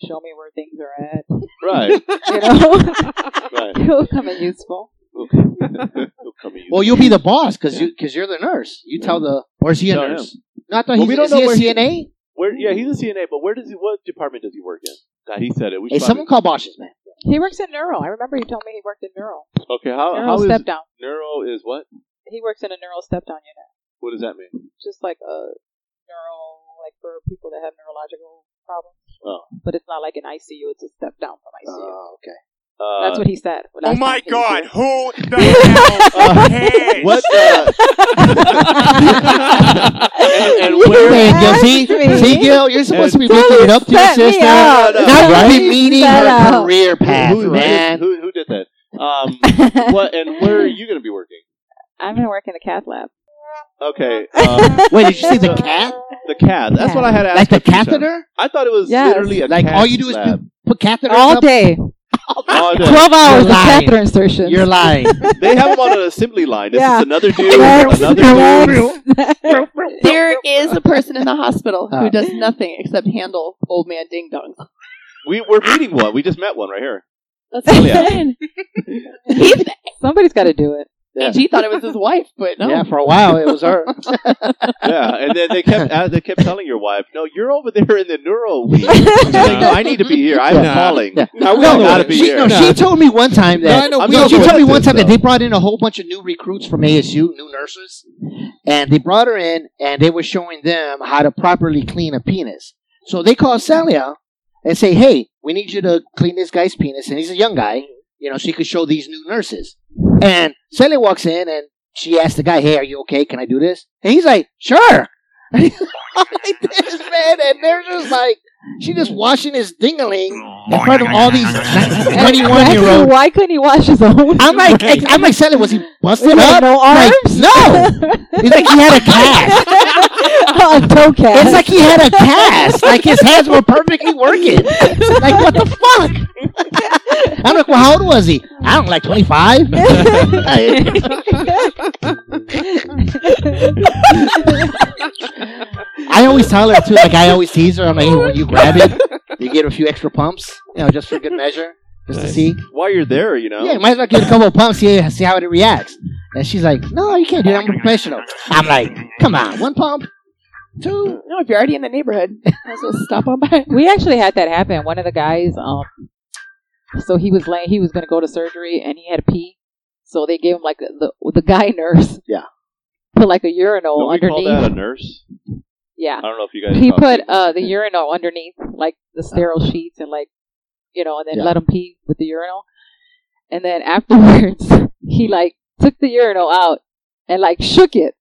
Speaker 6: show me where things are at. <laughs>
Speaker 4: <laughs>
Speaker 1: Right.
Speaker 6: You know, <laughs>
Speaker 1: Right.
Speaker 6: it'll come in useful.
Speaker 1: He'll come in.
Speaker 4: Well, you'll be the boss because you because you're the nurse. You tell the or is he a
Speaker 1: No, I
Speaker 4: nurse? No, I thought
Speaker 1: Well,
Speaker 4: he's,
Speaker 1: we don't
Speaker 4: is he
Speaker 1: know
Speaker 4: a
Speaker 1: where he-
Speaker 4: CNA.
Speaker 1: Where, yeah, he's a CNA, but where does he? What department does he work in? God, he said it. We
Speaker 4: hey,
Speaker 1: should
Speaker 4: someone call Bosch's man.
Speaker 6: He works in neuro. I remember he told me he worked in neuro.
Speaker 1: probably- Okay, how
Speaker 6: Neuro
Speaker 1: Oh, how is
Speaker 6: step down.
Speaker 1: neuro is what?
Speaker 6: He works in a neural step down unit,
Speaker 1: What does that mean?
Speaker 6: just like a neural, like for people that have neurological problems.
Speaker 1: Oh.
Speaker 6: But it's not like an ICU; it's a step down from ICU.
Speaker 4: Oh, okay.
Speaker 1: Uh,
Speaker 6: That's what he said. when I
Speaker 8: Oh
Speaker 6: was
Speaker 8: my
Speaker 6: talking to
Speaker 8: god,
Speaker 6: you. <laughs>
Speaker 8: who <laughs> the hell cares?
Speaker 1: What? Uh, and, and where?
Speaker 4: Hey,
Speaker 6: Yes,
Speaker 4: Gil, see,
Speaker 6: me.
Speaker 4: see, Gil, you're supposed to be
Speaker 6: Don't
Speaker 4: making it up to your
Speaker 6: set me
Speaker 4: sister.
Speaker 6: up.
Speaker 1: uh, No, no,
Speaker 4: Not
Speaker 6: Don't
Speaker 4: right.
Speaker 6: set
Speaker 4: meeting
Speaker 6: that
Speaker 4: her
Speaker 6: up.
Speaker 4: career path,
Speaker 1: who, who-
Speaker 4: man.
Speaker 1: Who, who did that? Um,
Speaker 6: <laughs>
Speaker 1: what? And where are you going to be working?
Speaker 6: I'm gonna work in the cath lab.
Speaker 1: Okay. Uh,
Speaker 4: Wait, did you see <laughs> the cat?
Speaker 1: the cat. That's
Speaker 6: Yeah.
Speaker 1: what I had asked.
Speaker 4: Like the
Speaker 1: a few times.
Speaker 4: catheter?
Speaker 1: I thought it was
Speaker 6: Yes.
Speaker 1: literally a
Speaker 4: Like
Speaker 1: cat
Speaker 4: all you do is
Speaker 1: lab.
Speaker 4: do, put catheters
Speaker 6: All
Speaker 4: up?
Speaker 6: day,
Speaker 4: <laughs>
Speaker 1: All day.
Speaker 6: twelve hours of
Speaker 4: lying.
Speaker 6: catheter insertions.
Speaker 4: You're <laughs> lying.
Speaker 1: They have them on an assembly line. This
Speaker 6: Yeah.
Speaker 1: is another dude.
Speaker 6: Relax,
Speaker 1: another
Speaker 6: relax.
Speaker 2: <laughs> <laughs> There is a person in the hospital
Speaker 4: Uh.
Speaker 2: who does nothing except handle old man ding dongs.
Speaker 1: We, we're meeting one. We just met one right here.
Speaker 2: <laughs> That's
Speaker 1: Oh,
Speaker 2: what
Speaker 5: <laughs>
Speaker 1: yeah.
Speaker 2: I'm saying. He,
Speaker 6: Somebody's got to do it.
Speaker 2: AG thought it was his wife, but no.
Speaker 4: Yeah, for a while it was <laughs> her.
Speaker 1: Yeah, and then they kept uh, they kept telling your wife, "No, you're over there in the neural
Speaker 4: <laughs>
Speaker 1: wing." She's like, "No, I need to be here. I'm
Speaker 3: Yeah.
Speaker 1: falling.
Speaker 4: Yeah.
Speaker 1: I
Speaker 3: No,
Speaker 1: gotta be
Speaker 4: she,
Speaker 1: here."
Speaker 4: no, she told me one time
Speaker 3: No, I
Speaker 4: that.
Speaker 3: know.
Speaker 1: I'm
Speaker 3: we
Speaker 1: not
Speaker 3: all
Speaker 4: she
Speaker 1: sure
Speaker 3: know
Speaker 4: told me
Speaker 1: what
Speaker 4: one
Speaker 1: this,
Speaker 4: time that
Speaker 1: though.
Speaker 4: they brought in a whole bunch of new recruits from ASU, new nurses, and they brought her in and they were showing them how to properly clean a penis. So they called Celia and say, "Hey, we need you to clean this guy's penis," and he's a young guy, you know, so you could show these new nurses. And Celia walks in and she asked the guy, "Hey, are you okay? Can I <laughs> do this?" And he's like, "Sure." And he's like this man, and they're just like, She just washing his dingaling in front of all these twenty-one year
Speaker 5: Actually,
Speaker 4: olds.
Speaker 5: why couldn't he wash his
Speaker 4: <laughs>
Speaker 5: own? <laughs>
Speaker 4: I'm like, I'm like, Sally, was he busted
Speaker 5: Like,
Speaker 4: up?
Speaker 5: no
Speaker 4: Like,
Speaker 5: arms?
Speaker 4: no, he's like he had a cast.
Speaker 5: a toe cast.
Speaker 4: It's like he had a cast. Like his hands were perfectly working. Like what the fuck? I'm like, well, how old was he? I don't know, like <laughs> 25. I always tell her too. Like I always tease her. I'm like, hey, when you grab it, you get a few extra pumps, you know, just for good measure, just to
Speaker 1: Nice.
Speaker 4: see.
Speaker 1: While you're there, you know.
Speaker 4: Yeah, you might as well get a couple of pumps, see, see how it reacts. And she's like, no, you can't do that. I'm a professional. I'm like, come on, one pump, two.
Speaker 2: No, if you're already in the neighborhood, might as well stop on by.
Speaker 5: we actually had that happen. One of the guys, um, so he was laying, he was going to go to surgery, and he had to pee. So they gave him like the the guy nurse.
Speaker 4: Yeah.
Speaker 5: Put like a urinal
Speaker 1: Don't we call
Speaker 5: underneath.
Speaker 1: that a nurse?
Speaker 5: Yeah.
Speaker 1: I don't know if you guys.
Speaker 5: He
Speaker 1: talk
Speaker 5: put
Speaker 1: to- <laughs>
Speaker 5: uh, the urinal underneath like the sterile sheets and like you know, and then
Speaker 4: Yeah.
Speaker 5: let him pee with the urinal.
Speaker 4: <laughs>
Speaker 5: And then afterwards, he like took the urinal out and like shook it.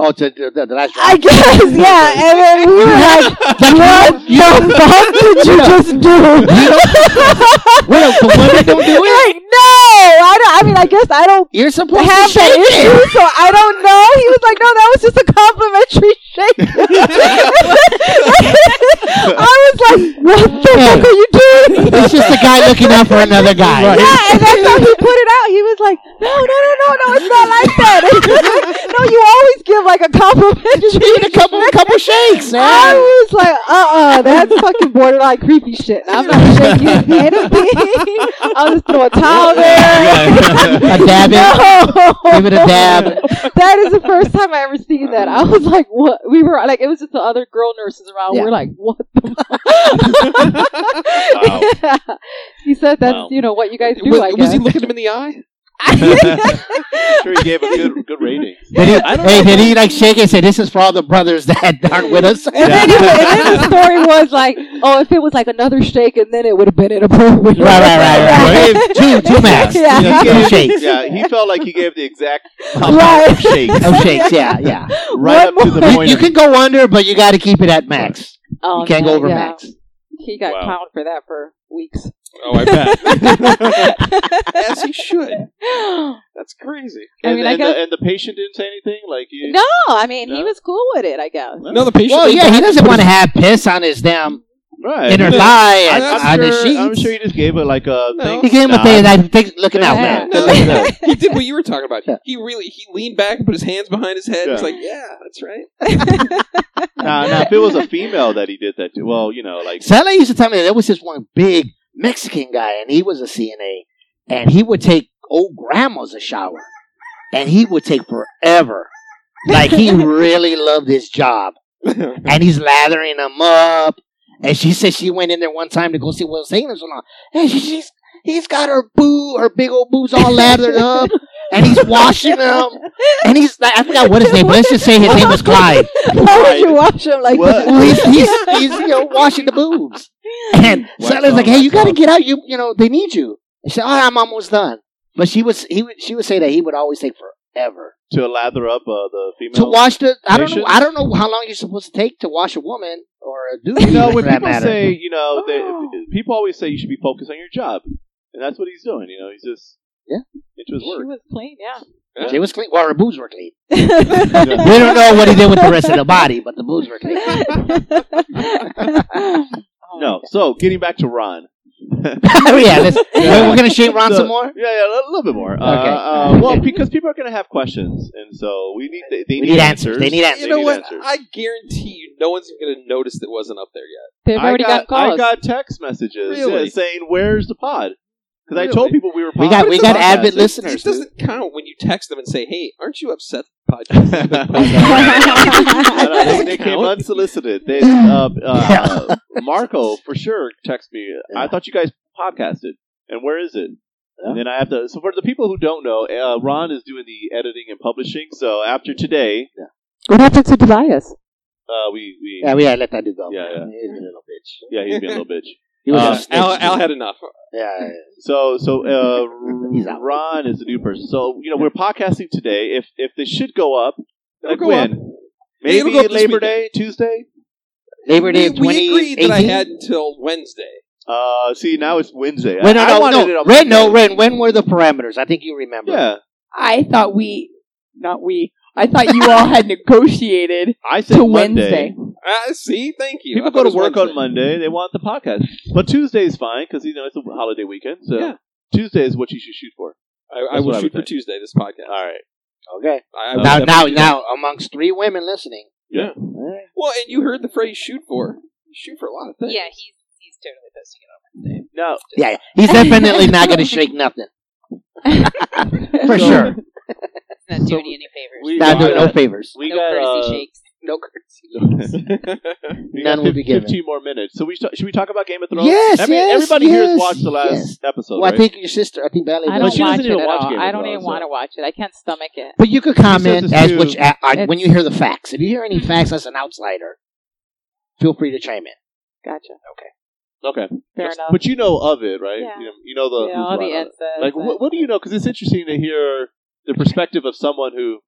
Speaker 4: Oh, to, to, the, the last
Speaker 5: I guess, <laughs> yeah. And then we
Speaker 4: <laughs>
Speaker 5: were like, "What the fuck did you just do?"
Speaker 4: <laughs> Well, the women don't do it.
Speaker 5: Like, no, I don't. I mean, I guess I don't
Speaker 4: You're supposed
Speaker 5: have
Speaker 4: to
Speaker 5: that
Speaker 4: shake it.
Speaker 5: issue, so I don't know. He was like, "No, that was just a complimentary shake." <laughs> I was like, "What the fuck are you doing?"
Speaker 4: It's just a guy looking out for another guy.
Speaker 5: Yeah, and that's how he put it out. He was like, "No, no, no, no, no, it's not like that." <laughs> no, you always give like a complimentary.
Speaker 4: Give it a couple, couple shakes,
Speaker 5: I
Speaker 4: man.
Speaker 5: was like, uh uh that's fucking borderline creepy shit. I'm not shaking anything. <laughs> I'll just throw a towel there.
Speaker 1: <laughs>
Speaker 4: A dab it.
Speaker 5: <laughs> No.
Speaker 4: Give it a dab.
Speaker 5: <laughs> That is the first time I ever seen that. I was like, what? We were like, it was just the other girl nurses around.
Speaker 4: Yeah.
Speaker 5: We're like, what the fuck? He said that's,
Speaker 1: Wow.
Speaker 5: you know, what you guys do,
Speaker 3: was,
Speaker 5: I
Speaker 3: was
Speaker 5: guess.
Speaker 3: he looking him in the eye?
Speaker 4: <laughs>
Speaker 1: sure, he gave a good good rating.
Speaker 4: Did he,
Speaker 1: I don't
Speaker 4: hey,
Speaker 1: know.
Speaker 4: did he like shake it and say, this is for all the brothers that aren't with us?
Speaker 5: And then, it, was- and then the
Speaker 4: <laughs>
Speaker 5: story was like, oh, if it was like another shake, and then it would have been inappropriate.
Speaker 4: Right, right, right, right. two, two max.
Speaker 5: Yeah.
Speaker 4: Yeah.
Speaker 1: He
Speaker 4: Two
Speaker 1: gave-
Speaker 4: shakes.
Speaker 1: Yeah, he felt like he gave the exact
Speaker 5: Right.
Speaker 1: shake
Speaker 4: Oh, shakes, yeah, yeah.
Speaker 1: right up to the
Speaker 4: You,
Speaker 1: point.
Speaker 4: you
Speaker 1: of-
Speaker 4: can go under, but you got to keep it at max.
Speaker 5: Oh,
Speaker 4: You can't go
Speaker 5: no,
Speaker 4: over
Speaker 5: yeah.
Speaker 4: max.
Speaker 5: He got
Speaker 1: Wow.
Speaker 5: clowned for that for weeks.
Speaker 3: <laughs>
Speaker 5: <gasps>
Speaker 3: Oh, I bet. yes, he should. That's crazy.
Speaker 5: I
Speaker 1: and,
Speaker 5: mean,
Speaker 1: and,
Speaker 5: I guess.
Speaker 1: the, and the patient didn't say anything. Like you.
Speaker 5: No, I mean, he
Speaker 1: No?
Speaker 5: was cool with it, I guess.
Speaker 3: No, the patient.
Speaker 4: Well, yeah, he doesn't want to have piss on his damn
Speaker 1: Right.
Speaker 4: inner
Speaker 1: But
Speaker 4: thigh
Speaker 1: I'm,
Speaker 4: and
Speaker 1: I'm
Speaker 4: on his
Speaker 1: sure,
Speaker 4: sheets.
Speaker 1: I'm sure he just gave it like a
Speaker 3: No.
Speaker 1: thing.
Speaker 4: He gave him a
Speaker 1: nod.
Speaker 4: thing that thinks looking out,
Speaker 5: Yeah.
Speaker 4: man.
Speaker 3: <laughs> No,
Speaker 4: Looking out.
Speaker 3: <laughs> he did what you were talking about.
Speaker 4: Yeah.
Speaker 3: He really he leaned back and put his hands behind his head.
Speaker 1: Yeah.
Speaker 3: He's like, yeah, that's right.
Speaker 1: Now, now, if it was a female that he did that to, well, you know,
Speaker 4: <laughs>
Speaker 1: like
Speaker 4: Sally used to tell me that there was this one big Mexican guy, and he was a CNA, and he would take old grandmas a shower, and he would take forever. Like he really loved his job,
Speaker 3: <laughs>
Speaker 4: and he's lathering them up. And she said she went in there one time to go see what was taking him so long, and she, she's he's got her boo, her big old boobs all lathered up, and he's washing them, and he's like, I forgot what his name, but let's just say his name was Clyde.
Speaker 5: How would you watch him like
Speaker 1: What?
Speaker 5: that?
Speaker 4: Well, <laughs> he's, he's, he's you know, washing the boobs. And
Speaker 1: Wax
Speaker 4: Sally's
Speaker 1: on,
Speaker 4: like, hey, you
Speaker 1: wax
Speaker 4: got to
Speaker 1: off."
Speaker 4: get out. You you know, they need you. And she said, oh, I'm almost done. But she was he would she would say that he would always take forever
Speaker 1: <laughs> to lather up uh, the female.
Speaker 4: to wash the. I don't know.
Speaker 1: Patient?
Speaker 4: I don't know how long you're supposed to take to wash a woman or a dude.
Speaker 1: You
Speaker 4: <laughs>
Speaker 1: know,
Speaker 4: for
Speaker 1: when
Speaker 4: that
Speaker 1: people
Speaker 4: matter.
Speaker 1: say, you know,
Speaker 5: Oh.
Speaker 1: they, people always say you should be focused on your job, and that's what he's doing. You know, he's just
Speaker 4: Yeah.
Speaker 1: into his
Speaker 5: She
Speaker 1: work.
Speaker 5: was clean, yeah.
Speaker 4: she was clean, well, her boobs were clean. <laughs>
Speaker 1: Yeah.
Speaker 4: We don't know what he did with the rest of the body, but the boobs were <laughs> clean.
Speaker 5: <laughs> Oh,
Speaker 1: No, so getting back to Ron.
Speaker 4: Oh, yeah, let's, <laughs> we're gonna shame Ron
Speaker 1: So-
Speaker 4: some <laughs> more.
Speaker 1: Yeah, yeah, a little- little bit more. Okay.
Speaker 4: Okay.
Speaker 1: Uh, uh, well, because people are going to have questions, and so we need they, they
Speaker 4: We need answers. They need answers.
Speaker 3: You know what?
Speaker 1: answers.
Speaker 3: I guarantee you, no one's going to notice that wasn't up there yet.
Speaker 5: They've
Speaker 1: I
Speaker 5: already
Speaker 1: got,
Speaker 5: gotten calls.
Speaker 1: I got text messages
Speaker 3: Really?
Speaker 1: yeah, saying, "Where's the pod?" Because I
Speaker 3: Really?
Speaker 1: told people we were.
Speaker 4: We got
Speaker 1: pod-
Speaker 4: we got
Speaker 1: podcasts.
Speaker 4: avid
Speaker 3: It
Speaker 4: listeners. dude.
Speaker 3: doesn't count when you text them and say, "Hey, aren't you upset?" That
Speaker 1: <laughs>
Speaker 3: the podcast isn't up there?"
Speaker 4: <laughs>
Speaker 1: I don't know, uh, they, they came
Speaker 3: Count.
Speaker 1: unsolicited.
Speaker 3: <laughs>
Speaker 1: They, uh, uh, Marco for sure texted me. I thought you guys podcasted, and where is it? And then I have to. So for the people who don't know, uh, Ron is doing the editing and publishing. So after today,
Speaker 5: what happened to Tobias?
Speaker 1: uh, we, we
Speaker 4: Yeah, we gotta let that dude go.
Speaker 1: Yeah, yeah.
Speaker 4: He's a little bitch.
Speaker 1: yeah, he's
Speaker 3: <laughs>
Speaker 1: being a little bitch.
Speaker 4: He was
Speaker 1: Uh,
Speaker 4: a
Speaker 3: Uh,
Speaker 4: snitch,
Speaker 3: Al,
Speaker 4: dude.
Speaker 3: Al had enough.
Speaker 4: yeah, yeah.
Speaker 1: So, so uh,
Speaker 4: He's out.
Speaker 1: Ron is the new person. So, you know, we're podcasting today. If if they should go up,
Speaker 3: It'll
Speaker 1: like
Speaker 3: go
Speaker 1: when?
Speaker 3: It'll
Speaker 1: Maybe
Speaker 3: go up this
Speaker 1: Labor
Speaker 3: weekend.
Speaker 1: Day, Tuesday.
Speaker 4: Labor Day of
Speaker 3: we, we agreed that I
Speaker 4: 2018?
Speaker 3: had until Wednesday.
Speaker 1: Uh, see, now it's Wednesday.
Speaker 4: Wait, no,
Speaker 1: I- I
Speaker 4: no,
Speaker 1: wanted it
Speaker 4: no.
Speaker 1: on
Speaker 4: Ren, no,
Speaker 1: Monday.
Speaker 4: Ren, when were the parameters? I think you remember.
Speaker 1: Yeah,
Speaker 2: I thought we, not we, I thought you all
Speaker 1: <laughs>
Speaker 2: had negotiated
Speaker 1: I said
Speaker 2: to
Speaker 1: Monday.
Speaker 2: Wednesday.
Speaker 3: Uh, see, thank you.
Speaker 1: People
Speaker 3: I thought
Speaker 1: go to
Speaker 3: it was
Speaker 1: work
Speaker 3: Wednesday.
Speaker 1: on Monday. They want the podcast, but Tuesday's fine because you know it's a holiday weekend. So
Speaker 3: Yeah.
Speaker 1: Tuesday is what you should shoot for.
Speaker 3: I, I
Speaker 1: That's
Speaker 3: will
Speaker 1: what I
Speaker 3: shoot
Speaker 1: would
Speaker 3: for
Speaker 1: think.
Speaker 3: Tuesday. This podcast.
Speaker 1: All right.
Speaker 4: Okay.
Speaker 3: I, I will
Speaker 4: Now,
Speaker 3: definitely
Speaker 4: now,
Speaker 3: do that.
Speaker 4: now, amongst three women listening.
Speaker 1: Yeah.
Speaker 3: Well, and you heard the phrase "shoot for." Shoot for a lot of things.
Speaker 6: Yeah, he's he's totally posting it on Wednesday.
Speaker 1: Now,
Speaker 4: Yeah, yeah. <laughs> he's definitely not going to shake <laughs> nothing.
Speaker 1: So- <laughs>
Speaker 4: For sure.
Speaker 6: It's not
Speaker 1: So
Speaker 6: doing you any favors.
Speaker 1: we got,
Speaker 4: Not doing no favors.
Speaker 1: we
Speaker 6: no
Speaker 1: got
Speaker 6: courtesy
Speaker 1: uh,
Speaker 6: shakes.
Speaker 1: <laughs>
Speaker 4: No courtesy.
Speaker 1: we
Speaker 4: None
Speaker 1: got
Speaker 4: will be given.
Speaker 1: Fifteen more minutes. So we sh- should we talk about Game of Thrones?
Speaker 4: Yes,
Speaker 1: Every-
Speaker 4: yes,
Speaker 1: Everybody here
Speaker 4: yes,
Speaker 1: has watched the last
Speaker 4: yes.
Speaker 1: episode.
Speaker 4: Well, I
Speaker 1: right?
Speaker 4: think your sister, I think Valerie.
Speaker 5: I
Speaker 1: But
Speaker 5: don't
Speaker 1: she
Speaker 5: watch
Speaker 1: doesn't
Speaker 5: it
Speaker 1: even
Speaker 5: at
Speaker 1: watch
Speaker 5: all.
Speaker 1: Game of
Speaker 5: I don't
Speaker 1: Thrones,
Speaker 5: even
Speaker 1: so-
Speaker 5: want to watch it. I can't stomach it.
Speaker 4: But you could comment
Speaker 1: it's
Speaker 4: as
Speaker 1: true.
Speaker 4: which uh, uh, when
Speaker 5: It's-
Speaker 4: you hear the facts. If you hear any facts as an outsider, feel free to chime in.
Speaker 5: Gotcha.
Speaker 1: okay,
Speaker 5: Fair
Speaker 1: Yes.
Speaker 5: enough.
Speaker 1: But you know of it, right?
Speaker 5: Yeah.
Speaker 1: You, know, you know the
Speaker 5: yeah,
Speaker 1: who's right
Speaker 5: all the
Speaker 1: on it.
Speaker 5: insects.
Speaker 1: Like, what, what do you know? Because it's interesting to hear the perspective of someone who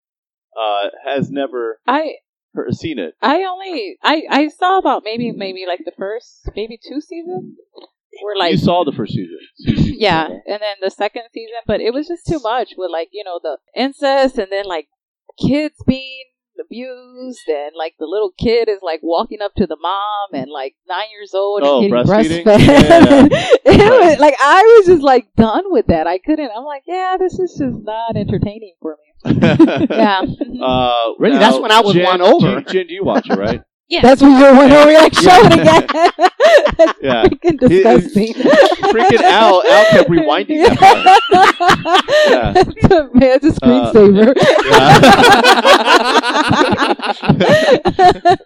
Speaker 1: uh, has never
Speaker 5: I
Speaker 1: heard- seen it.
Speaker 5: I only I I saw about maybe maybe like the first maybe two seasons were like
Speaker 1: you saw the first season. Two seasons,
Speaker 5: <clears throat> yeah,
Speaker 1: okay.
Speaker 5: and then the second season, but it was just too much with like you know the incest and then like kids being abused and like the little kid is like walking up to the mom and like nine years old
Speaker 1: Oh,
Speaker 5: and getting
Speaker 1: breastfeeding?
Speaker 5: breastfed.
Speaker 1: Yeah.
Speaker 5: <laughs> it was, like I was just like done with that. I couldn't. I'm like, yeah, this is just not entertaining for
Speaker 1: <laughs>
Speaker 5: me. <laughs> Yeah,
Speaker 1: Uh,
Speaker 4: Really,
Speaker 1: now,
Speaker 4: that's when I was
Speaker 1: Jen-
Speaker 4: won over.
Speaker 1: Jen, Jen, do you watch it,
Speaker 4: <laughs>
Speaker 1: right?
Speaker 6: Yeah.
Speaker 5: that's when you're one over like
Speaker 1: Yeah.
Speaker 5: show it again. <laughs> That's
Speaker 1: Yeah.
Speaker 5: freaking
Speaker 1: <laughs>
Speaker 5: disgusting. <laughs>
Speaker 1: Freaking Al, Al kept rewinding that part. Yeah.
Speaker 5: It's a- man, it's a
Speaker 1: <laughs> Uh,
Speaker 5: screensaver.
Speaker 1: <laughs> Now,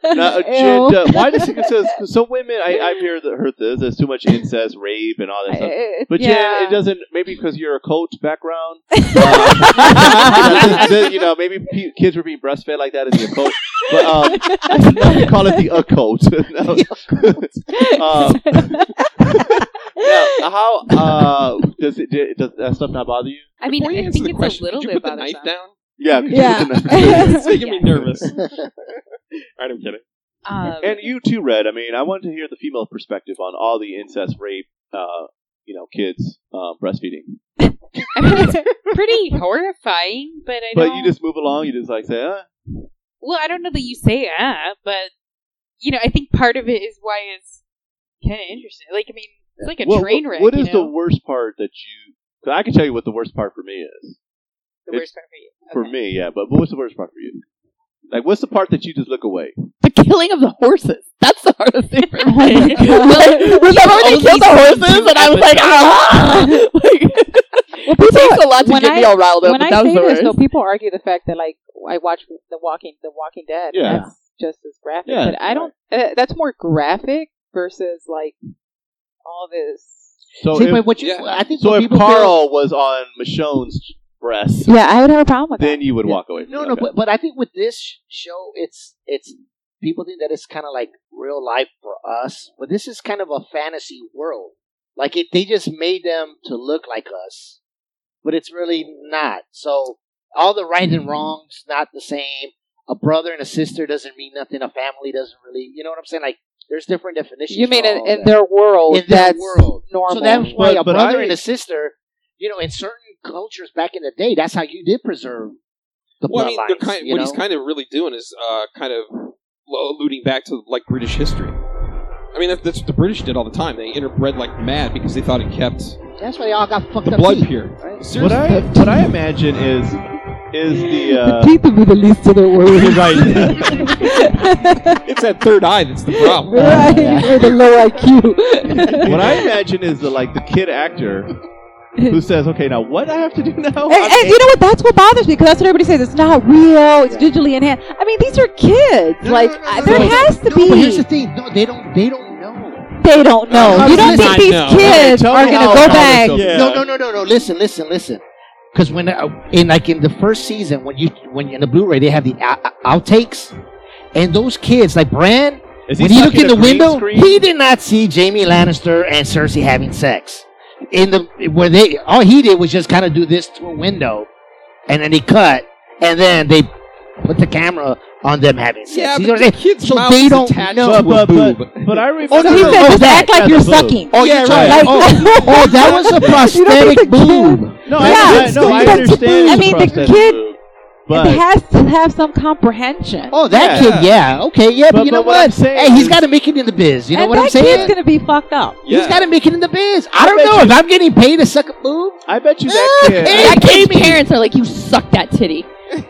Speaker 1: uh,
Speaker 5: <laughs> Ew.
Speaker 1: Jen, uh, why does it says some women? I, I've heard that heard this. There's too much incest, rape, and all that stuff. But
Speaker 5: <laughs> yeah.
Speaker 1: Jen, it doesn't. Maybe because you're a coach background, uh, that- that- you know, maybe pe- kids were being breastfed like that in the occult. But um, <laughs> no, we call it the occult. <laughs> No. <laughs> um, <laughs> now, how uh, does it did- does that stuff not bother you?
Speaker 6: I mean,
Speaker 3: Before you
Speaker 6: I
Speaker 3: answer
Speaker 6: think
Speaker 3: the
Speaker 6: it's
Speaker 3: question,
Speaker 6: a little
Speaker 3: did
Speaker 6: bit
Speaker 3: you put the knife
Speaker 6: bothersome.
Speaker 3: down.
Speaker 1: <laughs> Yeah, 'cause
Speaker 5: Yeah.
Speaker 1: you're the-
Speaker 3: It's making me
Speaker 6: Yeah.
Speaker 3: nervous. All right, I'm kidding.
Speaker 6: Um,
Speaker 5: <laughs>
Speaker 1: and you too, Red. I mean, I wanted to hear the female perspective on all the incest, rape, uh, you know, kids uh, breastfeeding.
Speaker 6: I mean, it's pretty horrifying, but I
Speaker 1: But
Speaker 6: don't.
Speaker 1: you just move along. You just like say, ah,
Speaker 6: well, I don't know that you say ah, but you know, I think part of it is why it's kind of interesting. Like, I mean, it's like a
Speaker 1: Well,
Speaker 6: train
Speaker 1: what-
Speaker 6: wreck.
Speaker 1: What
Speaker 6: you
Speaker 1: is
Speaker 6: know?
Speaker 1: the worst part that you? 'cause I can tell you what the worst part for me is.
Speaker 6: the,
Speaker 1: it-
Speaker 6: worst part for you?
Speaker 1: For
Speaker 6: Okay.
Speaker 1: me, yeah. But what's the worst part for you? Like, what's the part that you just look away?
Speaker 2: The killing of the horses. That's the hardest thing for me. <laughs> Like,
Speaker 6: You
Speaker 2: remember when they
Speaker 6: only
Speaker 2: killed the
Speaker 6: see
Speaker 2: horses
Speaker 6: two
Speaker 2: and I was like, <laughs> ah! Like, it takes a lot to
Speaker 5: when
Speaker 2: get
Speaker 5: I-
Speaker 2: me all riled up,
Speaker 5: when
Speaker 2: but
Speaker 5: I
Speaker 2: that
Speaker 5: say
Speaker 2: was the
Speaker 5: this,
Speaker 2: worst.
Speaker 5: though, people argue the fact that like I watch The Walking The Walking Dead. and
Speaker 1: Yeah.
Speaker 5: that's just as graphic.
Speaker 1: Yeah,
Speaker 5: but I don't. Uh, that's more graphic versus like all this.
Speaker 1: So,
Speaker 4: See,
Speaker 1: if,
Speaker 4: but what you,
Speaker 3: yeah.
Speaker 4: I think
Speaker 1: so
Speaker 4: what
Speaker 1: if
Speaker 4: people
Speaker 1: Carl was on Michonne's breast,
Speaker 5: Yeah, I would have a problem with
Speaker 1: then you would walk away.
Speaker 4: feel,
Speaker 1: from
Speaker 4: no,
Speaker 1: it.
Speaker 4: no,
Speaker 1: Okay.
Speaker 4: but, but I think with this sh- show, it's it's people think that it's kind of like real life for us, but this is kind of a fantasy world. Like it, they just made them to look like us, but it's really not. So all the right and wrongs not the same. A brother and a sister doesn't mean nothing. A family doesn't really, you know what I'm saying? Like there's different definitions.
Speaker 5: You mean
Speaker 4: for
Speaker 5: in,
Speaker 4: all
Speaker 5: in
Speaker 4: that.
Speaker 5: their world?
Speaker 4: in their
Speaker 5: that's
Speaker 4: world.
Speaker 5: normal.
Speaker 4: So that's why
Speaker 1: But-
Speaker 4: a
Speaker 1: but
Speaker 4: brother
Speaker 1: I-
Speaker 4: and a sister, you know, in certain cultures back in the day, that's how you did preserve the
Speaker 3: Well, I mean, they're
Speaker 4: bloodlines.
Speaker 3: kind,
Speaker 4: you
Speaker 3: what
Speaker 4: know?
Speaker 3: he's kind of really doing is uh, kind of alluding back to like British history. I mean, that's, that's what the British did all the time. They interbred like mad because they thought it kept
Speaker 4: that's why they all got fucked
Speaker 3: the
Speaker 4: up.
Speaker 3: blood
Speaker 4: teeth,
Speaker 3: pure.
Speaker 4: right?
Speaker 1: what
Speaker 3: Seriously,
Speaker 1: I what I imagine is is the uh,
Speaker 5: Teeth would be the least of their
Speaker 1: you're <laughs>
Speaker 5: worries.
Speaker 1: right.
Speaker 3: <laughs> it's that third eye that's the problem.
Speaker 5: right, or the low IQ.
Speaker 1: what I imagine is the like the kid actor who says, "Okay, now what I have to do now?"
Speaker 5: And, and you know what? That's what bothers me because that's what everybody says. It's not real. It's digitally enhanced. I mean, these are kids.
Speaker 4: No,
Speaker 5: like
Speaker 4: no, no,
Speaker 5: I-
Speaker 4: no,
Speaker 5: there
Speaker 4: no,
Speaker 5: has to
Speaker 4: no,
Speaker 5: be.
Speaker 4: But here's the thing: no, they don't. They don't know.
Speaker 5: they don't know.
Speaker 1: How
Speaker 5: you
Speaker 1: does
Speaker 5: don't
Speaker 1: this
Speaker 5: think these
Speaker 3: not know?
Speaker 5: kids
Speaker 1: Tell me
Speaker 5: are going
Speaker 1: how
Speaker 5: to go
Speaker 1: knowledge
Speaker 5: back?
Speaker 1: of- Yeah.
Speaker 4: No, no, no, no, no. Listen, listen, listen. Because when uh, in like in the first season, when you when in the Blu-ray, they have the out- outtakes, and those kids like Bran,
Speaker 1: Is
Speaker 4: when he
Speaker 1: stuck
Speaker 4: looked in the
Speaker 1: a green
Speaker 4: window,
Speaker 1: screen?
Speaker 4: he did not see Jamie Lannister and Cersei having sex. In the where they all he did was just kind of do this to a window, and then he cut, and then they put the camera on them having sex.
Speaker 3: Yeah,
Speaker 4: you
Speaker 3: but
Speaker 4: know what I'm
Speaker 3: the
Speaker 4: saying?
Speaker 3: kid's
Speaker 4: So
Speaker 3: mouth
Speaker 4: they
Speaker 3: is
Speaker 4: don't
Speaker 3: attached
Speaker 4: know.
Speaker 3: to a
Speaker 1: But- but-
Speaker 3: boob.
Speaker 1: But I remember.
Speaker 2: Oh, no, he said, just act like
Speaker 1: yeah,
Speaker 2: you're
Speaker 1: the boob.
Speaker 2: sucking.
Speaker 4: Oh,
Speaker 3: Yeah,
Speaker 4: you're trying-
Speaker 3: right.
Speaker 4: Oh, <laughs> oh, that
Speaker 3: <laughs>
Speaker 4: was a prosthetic boob.
Speaker 1: No,
Speaker 2: Yeah,
Speaker 1: I, I, no, I
Speaker 2: it's
Speaker 1: understand.
Speaker 2: boob. I
Speaker 1: the
Speaker 2: mean, the
Speaker 1: prosthetic
Speaker 5: kid-
Speaker 1: boob,
Speaker 5: It
Speaker 1: But
Speaker 5: has to have some comprehension.
Speaker 4: Oh, that
Speaker 3: Yeah.
Speaker 4: kid, yeah, okay, yeah, but,
Speaker 1: But-
Speaker 4: you
Speaker 1: but
Speaker 4: know
Speaker 1: what I'm
Speaker 4: what?
Speaker 1: saying
Speaker 4: Hey, he's
Speaker 1: is-
Speaker 4: got to make it in the biz. You know
Speaker 5: and
Speaker 4: what
Speaker 5: that
Speaker 4: I'm saying?
Speaker 5: kid's gonna be fucked up.
Speaker 4: He's got to make it in the biz. I,
Speaker 1: I
Speaker 4: don't
Speaker 1: bet
Speaker 4: know
Speaker 1: you-
Speaker 4: if I'm getting paid to suck a boob.
Speaker 1: <laughs> I bet you
Speaker 4: <laughs>
Speaker 1: that kid.
Speaker 4: Hey,
Speaker 2: that kid's
Speaker 4: Amy.
Speaker 2: parents are like, you suck that titty.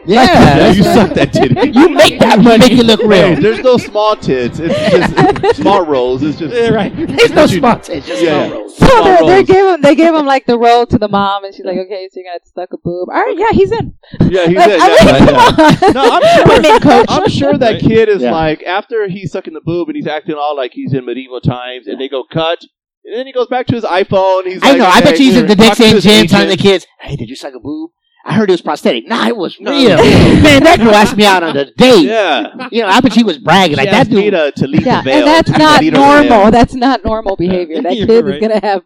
Speaker 4: Yeah, <laughs>
Speaker 1: you suck that titty.
Speaker 4: you make that money. Make it look
Speaker 1: Hey,
Speaker 4: real.
Speaker 1: there's no small tits.
Speaker 4: <laughs>
Speaker 1: It's just small rolls. It's just
Speaker 3: Yeah, right.
Speaker 4: There's no spots. It's just
Speaker 1: Yeah.
Speaker 4: no rolls.
Speaker 5: So
Speaker 1: Small
Speaker 5: they, they
Speaker 1: roles.
Speaker 5: give him they give him like the role to the mom, and she's like, okay, so you're gonna have to suck a boob. All right, yeah, he's in.
Speaker 1: Yeah, he's
Speaker 5: Like,
Speaker 1: it.
Speaker 5: I
Speaker 1: yeah,
Speaker 5: mean,
Speaker 1: yeah, yeah.
Speaker 5: come on.
Speaker 1: No,
Speaker 4: <laughs>
Speaker 1: I'm sure. I'm sure that
Speaker 3: Right.
Speaker 1: kid is
Speaker 4: Yeah.
Speaker 1: like after he's sucking the boob and he's acting all like he's in medieval times, and they go cut, and then he goes back to his iPhone. He's
Speaker 4: I
Speaker 1: like,
Speaker 4: know. I
Speaker 1: okay,
Speaker 4: bet you he's
Speaker 1: here,
Speaker 4: at the
Speaker 1: talk
Speaker 4: next
Speaker 1: to
Speaker 4: same
Speaker 1: his
Speaker 4: gym telling the
Speaker 1: agent.
Speaker 4: kids, "Hey, did you suck a boob? I heard it was prosthetic. Nah, it was <laughs>
Speaker 3: No.
Speaker 4: real. Man, that girl asked me out on <laughs> a date.
Speaker 1: Yeah,
Speaker 4: You know, I bet she was bragging like
Speaker 1: She
Speaker 4: that
Speaker 1: asked me
Speaker 4: dude.
Speaker 1: to, to leave
Speaker 5: yeah,
Speaker 1: the veil.
Speaker 5: and that's
Speaker 1: to
Speaker 5: not
Speaker 1: lead her to the
Speaker 5: normal.
Speaker 1: veil.
Speaker 5: That's
Speaker 1: <laughs>
Speaker 5: not normal behavior. That
Speaker 3: You're
Speaker 5: kid
Speaker 3: right.
Speaker 5: is gonna have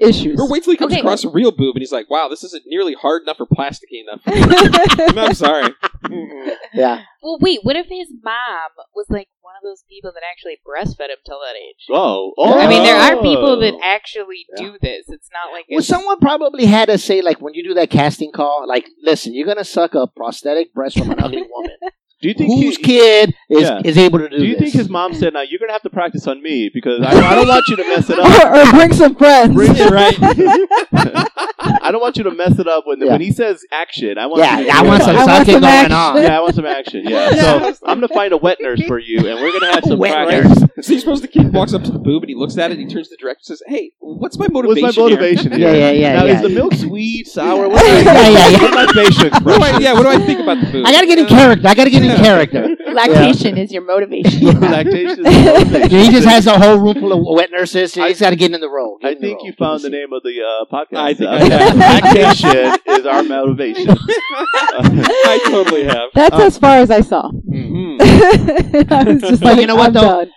Speaker 5: issues.
Speaker 3: Or wait till he comes
Speaker 6: Okay.
Speaker 3: across a real boob and he's like, "Wow, this isn't nearly hard enough or plasticky enough."
Speaker 4: <laughs>
Speaker 5: <laughs>
Speaker 1: <laughs>
Speaker 3: I'm sorry.
Speaker 4: Yeah.
Speaker 6: Well, wait. What if his mom was like one of those people that actually breastfed him till that age?
Speaker 1: Oh, oh,
Speaker 6: I mean, there are
Speaker 1: oh.
Speaker 6: people that actually do this. It's not like
Speaker 4: Well,
Speaker 6: it's,
Speaker 4: someone probably had to say like when you do that casting call, like, listen, you're gonna suck a prosthetic breast from an ugly <laughs> woman.
Speaker 1: Do you think
Speaker 4: Whose
Speaker 1: he,
Speaker 4: kid is,
Speaker 1: Yeah.
Speaker 4: is able to do?
Speaker 1: Do you
Speaker 4: this?
Speaker 1: think his mom said, "Now you're gonna have to practice on me because
Speaker 4: <laughs>
Speaker 1: I, I don't want you to mess it up.
Speaker 5: or, or bring some
Speaker 1: <laughs>
Speaker 5: friends.
Speaker 1: Bring it
Speaker 4: <laughs>
Speaker 3: right.
Speaker 1: I don't want you to mess it up when the, when he says action. I want
Speaker 4: Yeah,
Speaker 1: you to
Speaker 4: I want some
Speaker 5: I want
Speaker 4: sucking
Speaker 5: some
Speaker 4: going
Speaker 5: action.
Speaker 1: <laughs>
Speaker 4: on.
Speaker 1: Yeah, I want some action.
Speaker 4: <laughs>
Speaker 1: Yeah,
Speaker 3: Yeah.
Speaker 1: so I'm gonna find a wet nurse for you, and we're gonna have some
Speaker 4: Wet
Speaker 1: practice.
Speaker 4: nurse.
Speaker 3: So you suppose the kid walks up to the boob and he looks at it and he turns to the director and says, Hey, what's my
Speaker 1: What's
Speaker 3: motivation?
Speaker 1: my motivation?
Speaker 3: <laughs>
Speaker 4: Yeah,
Speaker 1: here?
Speaker 4: yeah, yeah,
Speaker 1: Now
Speaker 4: yeah.
Speaker 1: is the milk
Speaker 4: <laughs>
Speaker 1: sweet, sour? <laughs> What
Speaker 4: <laughs> Yeah, yeah, yeah. <laughs>
Speaker 1: What are my facial
Speaker 3: Here? What do I,
Speaker 1: expressions?
Speaker 3: yeah, what do I think about the boob?
Speaker 4: I gotta
Speaker 3: <laughs>
Speaker 4: get in
Speaker 3: Uh,
Speaker 4: character. I gotta get in character.
Speaker 2: Lactation is your <laughs>
Speaker 4: <laughs>
Speaker 2: motivation.
Speaker 1: Lactation is the motivation.
Speaker 4: Dude, he just has a whole room full of <laughs> wet nurses. And
Speaker 1: I-
Speaker 4: he's got to get in the role. Get
Speaker 1: I
Speaker 4: in the
Speaker 1: think
Speaker 4: role.
Speaker 1: you
Speaker 4: Get
Speaker 1: found the
Speaker 4: in
Speaker 1: name of the uh, podcast.
Speaker 3: I think
Speaker 1: Uh,
Speaker 3: I have.
Speaker 1: Lactation <laughs> is our
Speaker 5: <laughs>
Speaker 1: motivation.
Speaker 3: I totally have.
Speaker 5: That's
Speaker 4: Oh.
Speaker 1: Uh,
Speaker 5: as far as I saw.
Speaker 1: Mm.
Speaker 5: <laughs> I
Speaker 4: <laughs>
Speaker 5: was
Speaker 4: But
Speaker 5: just like,
Speaker 4: Hmm. you know what,
Speaker 5: I'm
Speaker 4: though?
Speaker 5: done.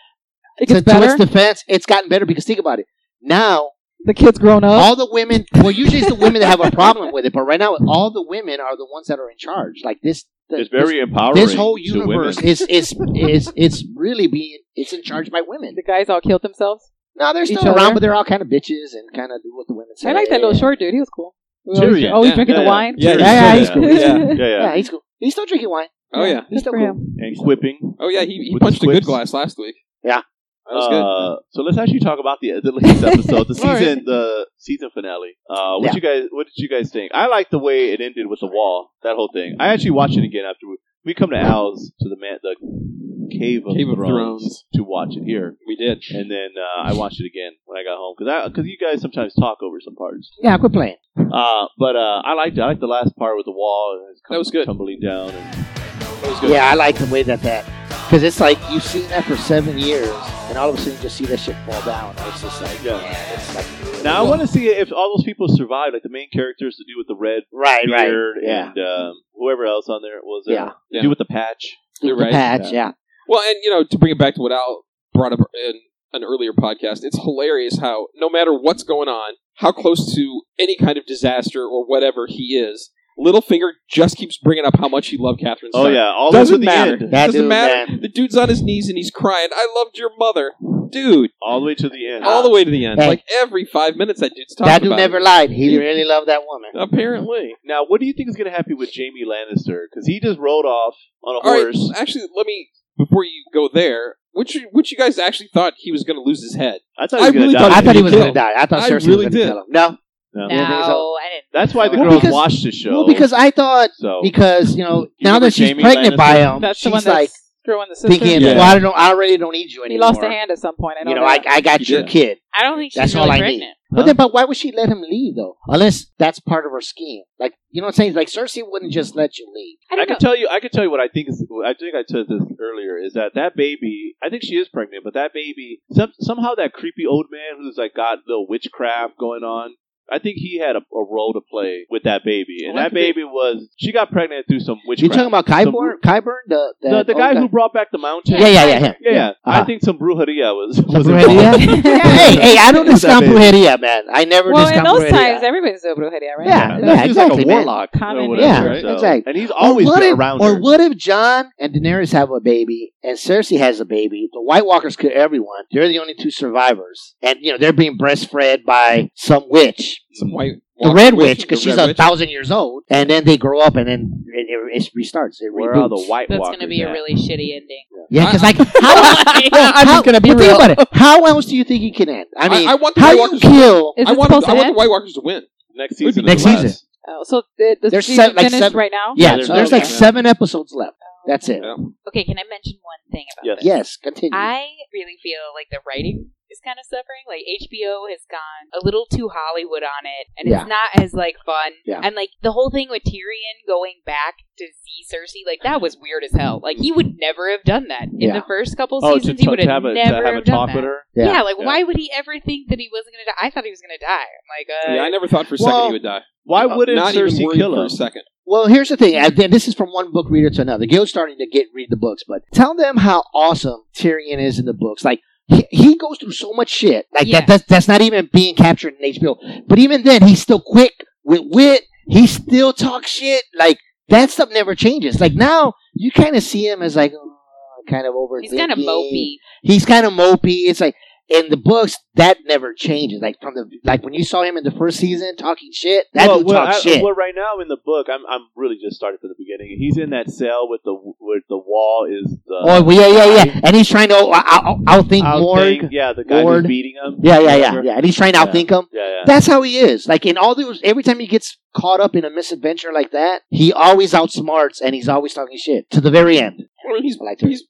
Speaker 5: It
Speaker 4: seat. To,
Speaker 5: gets
Speaker 4: to its
Speaker 5: better.
Speaker 4: defense, it's gotten better because think about it. Now,
Speaker 5: The kid's grown up.
Speaker 4: all the women, well, usually it's the women that have a problem with it, but right now, all the women are the ones that are in charge. Like this, the,
Speaker 1: It's very empowering.
Speaker 4: this, this whole
Speaker 1: to women.
Speaker 4: universe is, is, is, it's really being, it's in charge by women.
Speaker 5: The guys all killed themselves.
Speaker 4: No, they're
Speaker 5: Each
Speaker 4: still
Speaker 5: other.
Speaker 4: around, but they're all kind of bitches and kind of do what the women say.
Speaker 5: I like that little
Speaker 4: Yeah.
Speaker 5: short dude. He was cool. We always,
Speaker 1: Tyrion.
Speaker 5: always
Speaker 3: Yeah,
Speaker 5: drinking
Speaker 1: yeah,
Speaker 5: the wine.
Speaker 3: Yeah,
Speaker 4: Yeah, he's
Speaker 1: cool.
Speaker 3: Yeah.
Speaker 5: <laughs>
Speaker 1: Yeah, yeah.
Speaker 4: Yeah, he's cool. He's still drinking wine.
Speaker 3: Oh, yeah.
Speaker 4: He's still
Speaker 5: for
Speaker 4: cool.
Speaker 5: him.
Speaker 1: And quipping.
Speaker 3: Oh, yeah. He, he
Speaker 1: With
Speaker 3: punched a
Speaker 1: quips.
Speaker 3: good glass last week.
Speaker 4: Yeah.
Speaker 3: That was good.
Speaker 1: Uh, so let's actually talk about the, the
Speaker 5: <laughs>
Speaker 1: latest episode, the
Speaker 5: All right.
Speaker 1: season, the season finale. Uh, what
Speaker 4: Yeah.
Speaker 1: you guys, what did you guys think? I like the way it ended with the wall, that whole thing. I actually watched it again after we, we come to Al's to the man, the cave of,
Speaker 3: Cave of
Speaker 1: Thrones,
Speaker 3: Thrones.
Speaker 1: to watch it here,
Speaker 3: We did.
Speaker 1: and
Speaker 4: <laughs>
Speaker 1: then uh, I watched it again when I got home because because you guys sometimes talk over some parts.
Speaker 4: Yeah, quit playing.
Speaker 1: Uh, but uh, I liked I liked the last part with the wall. And it's
Speaker 3: That was
Speaker 1: <laughs>
Speaker 3: good.
Speaker 1: tumbling down. And,
Speaker 3: That was good.
Speaker 4: Yeah, I like the way that that because it's like you've seen that for seven years, and all of a sudden you just see that shit fall down. and It's just like,
Speaker 1: Yeah.
Speaker 4: yeah, it's like
Speaker 1: now I want to see if all those people survive, like the main characters to do with the red
Speaker 4: right, right,
Speaker 1: Beard
Speaker 4: yeah.
Speaker 1: and um, whoever else on there was there.
Speaker 4: Yeah.
Speaker 1: The
Speaker 3: Yeah.
Speaker 1: dude with the patch.
Speaker 3: You're
Speaker 4: The
Speaker 3: right.
Speaker 4: patch, yeah,
Speaker 3: Well, and, you know, to bring it back to what Al brought up in an earlier podcast, it's hilarious how no matter what's going on, how close to any kind of disaster or whatever he is, Littlefinger just keeps bringing up how much he loved Catherine.
Speaker 1: Oh
Speaker 3: Starr.
Speaker 1: yeah, all
Speaker 3: Doesn't
Speaker 1: over the
Speaker 3: matter.
Speaker 1: end.
Speaker 4: That
Speaker 3: Doesn't
Speaker 4: dude,
Speaker 3: matter.
Speaker 4: man.
Speaker 3: The dude's on his knees and he's crying. I loved your mother, dude.
Speaker 1: All the way to the end.
Speaker 3: All the way to the end.
Speaker 4: Hey.
Speaker 3: Like every five minutes, that dude's talking
Speaker 4: that dude
Speaker 3: about
Speaker 4: never
Speaker 3: it.
Speaker 4: lied. He really loved that woman.
Speaker 3: Apparently,
Speaker 1: Now, what do you think is going to happen with Jamie Lannister? Because he just rode off on a
Speaker 3: all right.
Speaker 1: horse.
Speaker 3: Actually, let me before you go there. Which you- which you guys actually thought he was going to lose his head?
Speaker 1: I thought he
Speaker 3: I
Speaker 1: was going
Speaker 3: really
Speaker 1: to
Speaker 3: thought
Speaker 1: die.
Speaker 4: I thought he was
Speaker 3: Kill.
Speaker 4: gonna die. I thought
Speaker 3: I
Speaker 4: Cersei
Speaker 3: really
Speaker 4: was gonna
Speaker 3: did.
Speaker 4: kill him. No,
Speaker 1: No.
Speaker 6: no,
Speaker 4: Yeah,
Speaker 6: I didn't.
Speaker 1: That's why the
Speaker 4: Well,
Speaker 1: girls
Speaker 4: because-
Speaker 1: watched the show.
Speaker 4: well, because I thought
Speaker 1: so
Speaker 4: because you know now
Speaker 1: remember
Speaker 4: that she's
Speaker 1: Jaime
Speaker 4: pregnant by
Speaker 1: Lannister?
Speaker 4: him,
Speaker 5: That's the
Speaker 4: she's
Speaker 5: one that's
Speaker 4: like
Speaker 5: screwing the sister.
Speaker 4: thinking,
Speaker 3: Yeah.
Speaker 4: well, I don't, I already don't need you
Speaker 5: He
Speaker 4: anymore.
Speaker 5: lost a hand at some point. I know
Speaker 4: You know, I,
Speaker 5: that.
Speaker 4: I got
Speaker 3: She
Speaker 4: your
Speaker 3: did.
Speaker 4: kid.
Speaker 6: I don't think she's
Speaker 4: That's
Speaker 6: really
Speaker 4: all I
Speaker 6: pregnant.
Speaker 4: need. But then, but why would she let him leave though? Unless that's part of her scheme. Like you know what I'm saying? Like Cersei wouldn't just let you leave.
Speaker 6: I
Speaker 1: I
Speaker 6: don't
Speaker 1: can
Speaker 6: know.
Speaker 1: tell you, I can tell you what I think is. I think I said this earlier is that that baby. I think she is pregnant, but that baby some, somehow that creepy old man who's like got little witchcraft going on. I think he had a, a role to play with that baby, and
Speaker 4: Well,
Speaker 1: that
Speaker 4: that could
Speaker 1: baby was she got pregnant through some witchcraft.
Speaker 4: You talking about
Speaker 1: Some-
Speaker 4: Kyburn? Kyburn, the the,
Speaker 1: the, the
Speaker 4: old
Speaker 1: guy who brought back the mountain?
Speaker 4: Yeah, yeah, yeah, yeah.
Speaker 1: yeah. yeah. I
Speaker 4: Uh-huh.
Speaker 1: think some brujeria was.
Speaker 4: The
Speaker 1: was
Speaker 4: brujeria?
Speaker 1: involved.
Speaker 4: <laughs> hey, hey, I don't
Speaker 1: Who's that
Speaker 4: discount
Speaker 1: baby?
Speaker 4: brujeria, man. I never
Speaker 5: Well, in
Speaker 4: discount
Speaker 5: those
Speaker 4: brujeria.
Speaker 5: times, everybody's a brujeria, right?
Speaker 4: Yeah.
Speaker 1: he was like
Speaker 4: exactly,
Speaker 1: a
Speaker 4: man.
Speaker 1: warlock. or
Speaker 5: Common
Speaker 1: whatever,
Speaker 4: Yeah,
Speaker 1: so-
Speaker 4: exactly.
Speaker 1: And he's always
Speaker 4: or what
Speaker 1: been
Speaker 4: if,
Speaker 1: around
Speaker 4: Or
Speaker 1: her.
Speaker 4: what if John and Daenerys have a baby and Cersei has a baby? The White Walkers kill everyone. They're the only two survivors. And, you know, they're being breastfed by some witch.
Speaker 3: Some white
Speaker 4: the
Speaker 3: Walker
Speaker 4: Red Witch, because
Speaker 3: the
Speaker 4: she's
Speaker 3: Red
Speaker 4: a
Speaker 3: Witch.
Speaker 4: thousand years old. And then they grow up and then it, it, it restarts. It
Speaker 1: Where are the
Speaker 4: reboots.
Speaker 1: White
Speaker 6: That's
Speaker 1: Walkers?
Speaker 6: going to be a
Speaker 1: at?
Speaker 6: really shitty ending.
Speaker 4: Yeah, because, like, how,
Speaker 5: <laughs>
Speaker 4: <laughs>
Speaker 6: I'm
Speaker 4: how,
Speaker 6: just gonna be
Speaker 4: but
Speaker 6: real.
Speaker 4: think about it. How else do you think he can end? I mean,
Speaker 3: I want the
Speaker 4: how
Speaker 3: White
Speaker 4: do you
Speaker 3: Walkers.
Speaker 4: kill.
Speaker 5: Is
Speaker 3: I
Speaker 5: it
Speaker 3: want,
Speaker 5: supposed
Speaker 3: the- I
Speaker 5: to
Speaker 3: want the
Speaker 5: end?
Speaker 3: White Walkers to win.
Speaker 1: next season.
Speaker 4: Next
Speaker 1: is last.
Speaker 4: season.
Speaker 5: Oh, so the, does
Speaker 4: There's
Speaker 5: season
Speaker 4: seven- like
Speaker 5: finish
Speaker 4: seven-
Speaker 5: right now?
Speaker 4: Yeah,
Speaker 1: there's
Speaker 4: so there's
Speaker 1: no-
Speaker 4: like seven episodes left. That's it.
Speaker 3: Yeah.
Speaker 1: Uh,
Speaker 6: Okay, can I mention one thing about
Speaker 1: Yes.
Speaker 6: this?
Speaker 4: Yes, continue.
Speaker 6: I really feel like the writing is kind of suffering. Like HBO has gone a little too Hollywood on it, and
Speaker 4: Yeah.
Speaker 6: it's not as like fun.
Speaker 4: Yeah.
Speaker 6: And like the whole thing with Tyrion going back to see Cersei, like that was weird as hell. Like he would never have done that in
Speaker 4: Yeah.
Speaker 6: the first couple
Speaker 1: Oh, to,
Speaker 6: seasons.
Speaker 1: to
Speaker 6: he would
Speaker 1: have
Speaker 6: have
Speaker 1: a, to have
Speaker 6: never
Speaker 1: a
Speaker 6: have done
Speaker 1: talk
Speaker 6: that.
Speaker 1: with her.
Speaker 4: Yeah.
Speaker 6: Yeah, like
Speaker 1: Yeah.
Speaker 6: why would he ever think that he wasn't gonna die? I thought he was gonna die. I'm like, uh,
Speaker 3: Yeah, I never thought for a second he would die.
Speaker 1: Why
Speaker 3: Uh,
Speaker 1: wouldn't
Speaker 3: Not even
Speaker 1: Cersei
Speaker 3: worried
Speaker 1: kill
Speaker 3: for
Speaker 1: him?
Speaker 3: a second.
Speaker 4: Well, here's the thing. and This is from one book reader to another. Gil's starting to get read the books, but tell them how awesome Tyrion is in the books. Like he, he goes through so much shit. Like
Speaker 6: Yeah.
Speaker 4: that, that's that's not even being captured in HBO. But even then, he's still quick with wit. He still talks shit. Like that stuff never changes. Like now, you kind of see him as like uh, kind of over.
Speaker 6: he's kind of mopey.
Speaker 4: He's kind of mopey. It's like in the books that never changes. Like from the like when you saw him in the first season talking shit, that
Speaker 1: well,
Speaker 4: dude
Speaker 1: well,
Speaker 4: talks
Speaker 1: I-
Speaker 4: shit.
Speaker 1: well, right now in the book, I'm I'm really just starting from the beginning. He's in that cell with the with the wall is the
Speaker 4: Oh well, yeah, yeah, yeah. And he's trying to out, out, outthink
Speaker 1: Outthink,
Speaker 4: Morg.
Speaker 1: yeah, the guy
Speaker 4: Ward.
Speaker 1: who's beating him.
Speaker 4: Yeah, yeah, yeah,
Speaker 1: Whatever.
Speaker 4: yeah. And he's trying to
Speaker 1: Yeah.
Speaker 4: outthink him.
Speaker 1: yeah, yeah.
Speaker 4: That's how he is. Like in all those, every time he gets caught up in a misadventure like that, he always outsmarts and he's always talking shit to the very end.
Speaker 3: I mean, he's,
Speaker 4: I like her.
Speaker 3: he's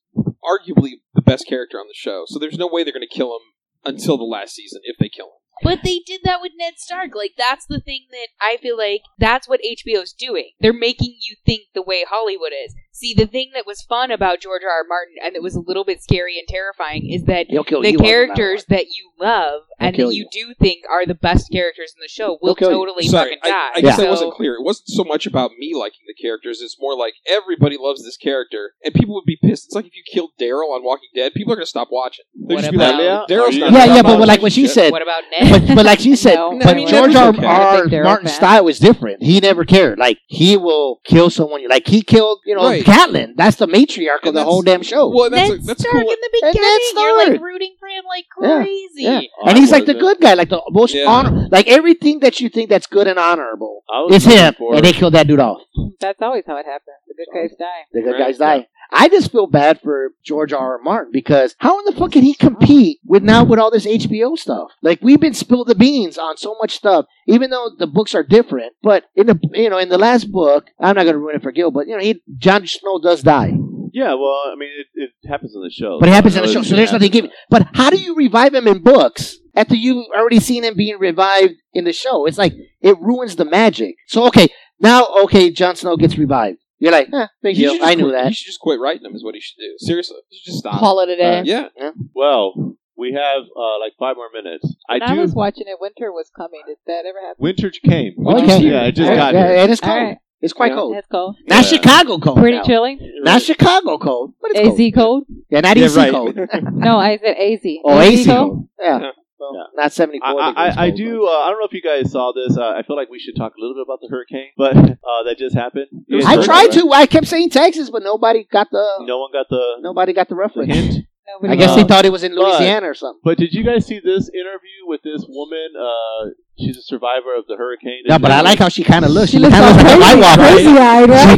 Speaker 3: arguably the best character on the show, so there's no way they're going to kill him until the last season if they kill him.
Speaker 6: But they did that with Ned Stark. Like that's the thing that I feel like that's what HBO's doing. They're making you think the way Hollywood is. See, the thing that was fun about George R. R. Martin and that was a little bit scary and terrifying is that
Speaker 4: He'll kill
Speaker 6: the
Speaker 4: you on
Speaker 6: characters that you love
Speaker 4: They'll
Speaker 6: and
Speaker 4: kill
Speaker 6: that you, do think are the best characters in the show will
Speaker 4: kill you.
Speaker 6: totally
Speaker 3: Sorry,
Speaker 6: fucking
Speaker 3: I,
Speaker 6: die.
Speaker 3: I guess
Speaker 6: So-
Speaker 3: that wasn't clear. It wasn't so much about me liking the characters. It's more like everybody loves this character, and people would be pissed. It's like if you killed Daryl on Walking Dead, people are going to stop watching. They're
Speaker 6: What
Speaker 3: just be
Speaker 6: about-
Speaker 3: like, Daryl's
Speaker 1: Yeah,
Speaker 3: not.
Speaker 4: one. Yeah,
Speaker 3: about
Speaker 4: yeah,
Speaker 3: my
Speaker 4: but what- like what she
Speaker 3: relationship."
Speaker 4: said, <laughs>
Speaker 6: what about Ned?
Speaker 4: but, but like she said,
Speaker 5: No.
Speaker 4: but
Speaker 3: I mean,
Speaker 4: George
Speaker 3: Ned
Speaker 4: R.
Speaker 3: was okay.
Speaker 5: I
Speaker 4: R.
Speaker 5: think they're
Speaker 4: Martin's
Speaker 5: okay.
Speaker 4: style was different. He never cared. Like he will kill someone. Like he killed, you know,
Speaker 3: Right.
Speaker 4: Catelyn. That's the matriarch of
Speaker 3: And
Speaker 4: the whole
Speaker 3: that's-
Speaker 4: damn show.
Speaker 3: Well, that's
Speaker 6: Ned
Speaker 3: a, that's
Speaker 6: Stark
Speaker 3: cool.
Speaker 6: in the
Speaker 4: And Ned
Speaker 6: beginning, you're like
Speaker 4: Stark.
Speaker 6: rooting for him like
Speaker 4: Yeah,
Speaker 6: crazy.
Speaker 4: yeah.
Speaker 1: Oh,
Speaker 4: and
Speaker 1: I
Speaker 4: he's like the
Speaker 1: wasn't.
Speaker 4: good guy, like the most
Speaker 3: Yeah.
Speaker 4: honor, like everything that you think that's good and honorable.
Speaker 1: I was
Speaker 4: It's him,
Speaker 1: looking
Speaker 4: and they killed that dude off.
Speaker 5: That's always how it happens. The good guys die.
Speaker 4: The good
Speaker 3: Right,
Speaker 4: guys die. I just feel bad for George R. R. Martin because how in the fuck can he compete with now with all this HBO stuff? Like we've been spilled the beans on so much stuff, even though the books are different. But in the you know in the last book, I'm not going to ruin it for Gil, but you know he John Snow does die,
Speaker 1: for- yeah, well, I mean, it, it happens on the show.
Speaker 4: but it happens
Speaker 1: I
Speaker 4: in the
Speaker 1: know
Speaker 4: show,
Speaker 1: it's
Speaker 4: so
Speaker 1: gonna
Speaker 4: there's nothing
Speaker 1: happen.
Speaker 4: given. But how do you revive him in books after you've already seen him being revived in the show? It's like it ruins the magic. So okay, now okay, Jon Snow gets revived. You're like, eh, big
Speaker 3: You
Speaker 4: deal.
Speaker 3: should just
Speaker 4: I knew
Speaker 3: quit-
Speaker 4: that.
Speaker 3: You should just quit writing them. Is what you should do. Seriously, you should just stop.
Speaker 2: Call it a day.
Speaker 1: Uh,
Speaker 3: Yeah,
Speaker 1: Well, we have uh, like five more minutes. I
Speaker 5: When I, was
Speaker 1: do.
Speaker 5: watching it. Winter was coming. Did that ever happen?
Speaker 1: Winter came.
Speaker 4: Okay.
Speaker 1: Winter's here. Yeah, it just
Speaker 4: Yeah,
Speaker 1: got
Speaker 4: yeah,
Speaker 1: here.
Speaker 4: It is cold.
Speaker 5: All right.
Speaker 4: It's quite
Speaker 3: Yeah.
Speaker 4: cold.
Speaker 5: That's cold.
Speaker 4: Not
Speaker 1: Yeah.
Speaker 4: Chicago cold.
Speaker 5: Pretty
Speaker 4: now.
Speaker 5: chilly.
Speaker 4: Not Chicago cold, but it's
Speaker 5: AZ
Speaker 4: cold.
Speaker 5: cold.
Speaker 4: Yeah, not
Speaker 1: Yeah,
Speaker 4: AC
Speaker 1: right.
Speaker 4: <laughs> cold.
Speaker 5: No, I said AZ.
Speaker 4: Oh, AC
Speaker 5: cold?
Speaker 4: cold. Yeah.
Speaker 3: Yeah.
Speaker 4: Well,
Speaker 1: Yeah.
Speaker 4: Not 74.
Speaker 1: I, I,
Speaker 4: degrees
Speaker 1: I- I
Speaker 4: cold,
Speaker 1: do. Uh, I don't know if you guys saw this. Uh, I feel like we should talk a little bit about the hurricane, but uh, that just happened. You
Speaker 4: but-
Speaker 1: guys
Speaker 4: I
Speaker 1: heard
Speaker 4: tried
Speaker 1: about it,
Speaker 4: to. I kept saying Texas, but nobody got the
Speaker 1: right? No one got the,
Speaker 4: nobody got the
Speaker 1: the
Speaker 4: reference. Uh,
Speaker 1: hint.
Speaker 4: I
Speaker 5: Nobody
Speaker 4: guess they
Speaker 5: knows.
Speaker 4: thought it was in
Speaker 1: But-
Speaker 4: Louisiana or something.
Speaker 1: But did you guys see this interview with this woman? Uh, she's a survivor of the hurricane.
Speaker 4: No, but I like how she kind of looks. She,
Speaker 5: looks
Speaker 4: kind of
Speaker 5: all
Speaker 4: looks like a
Speaker 5: crazy-
Speaker 4: White Walker.
Speaker 5: crazy eyed,
Speaker 4: She
Speaker 5: right?